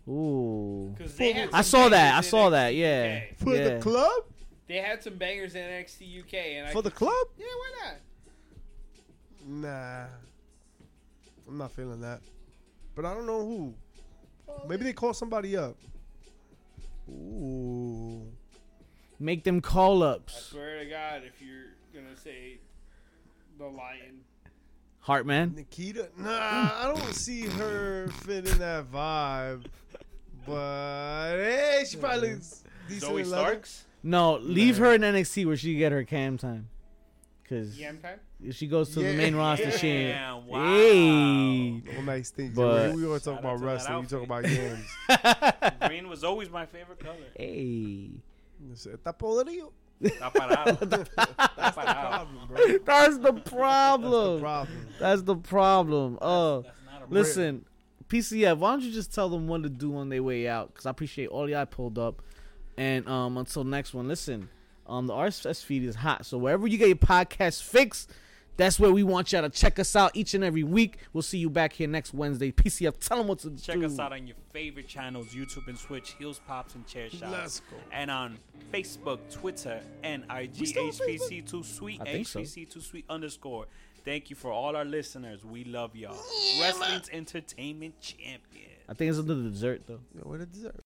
S2: Ooh.
S4: 'Cause they had
S2: I
S4: some
S2: saw that. I
S4: bangers in
S2: saw
S4: NXT
S2: that. Yeah.
S4: UK.
S1: For
S2: yeah.
S1: the club?
S4: They had some bangers in NXT UK, and I
S1: For the club?
S4: yeah, why not?
S1: Nah. I'm not feeling that. But I don't know who. Maybe they call somebody up. Ooh.
S2: Make them call
S4: I
S2: ups.
S4: swear to God, if you're gonna say the lion,
S2: Hartman.
S1: Nikita? Nah, I don't see her fitting that vibe. But hey, she probably looks decent.
S3: Zoe
S1: in leather.
S3: Starks.
S2: No, leave
S1: Nah.
S2: her in NXT where she can get her cam time. Cause
S4: yam time.
S2: if she goes to the
S3: *laughs*
S1: Yeah.
S2: main roster, she ain't.
S3: Yeah, wow.
S2: Hey.
S1: No Oh, nice things.
S2: But-
S1: we always talk
S3: Shout out
S1: about
S3: to that
S1: wrestling. We talk about
S3: *laughs*
S1: games.
S3: Green was always my favorite color.
S2: hey. *laughs*
S1: Está podrido.
S3: *laughs* Está parado. Está parado.
S1: Problem, bro. That's
S2: That's the
S1: the
S2: problem.
S1: problem.
S2: That's the problem. Oh.
S3: That's not a
S2: Listen, PCF, why don't you just tell them what to do on their way out? Because I appreciate all y'all pulled up. And um, until next one, listen, um, the RSS feed is hot. So wherever you get your podcast fix, That's where we want y'all to check us out each and every week. We'll see you back here next Wednesday. PCF, tell them what to
S3: Check
S2: do.
S3: us out on your favorite channels, YouTube and Switch, Heels Pops and Chair Shots.
S1: Let's go.
S3: And on Facebook, Twitter, and IG,
S1: We still on
S3: HPC2 Sweet,
S2: I think so.
S3: HPC2 Sweet underscore. Thank you for all our listeners. We love y'all. Wrestling's Entertainment Champion.
S2: I think it's under the dessert though.
S1: Yo, what a dessert.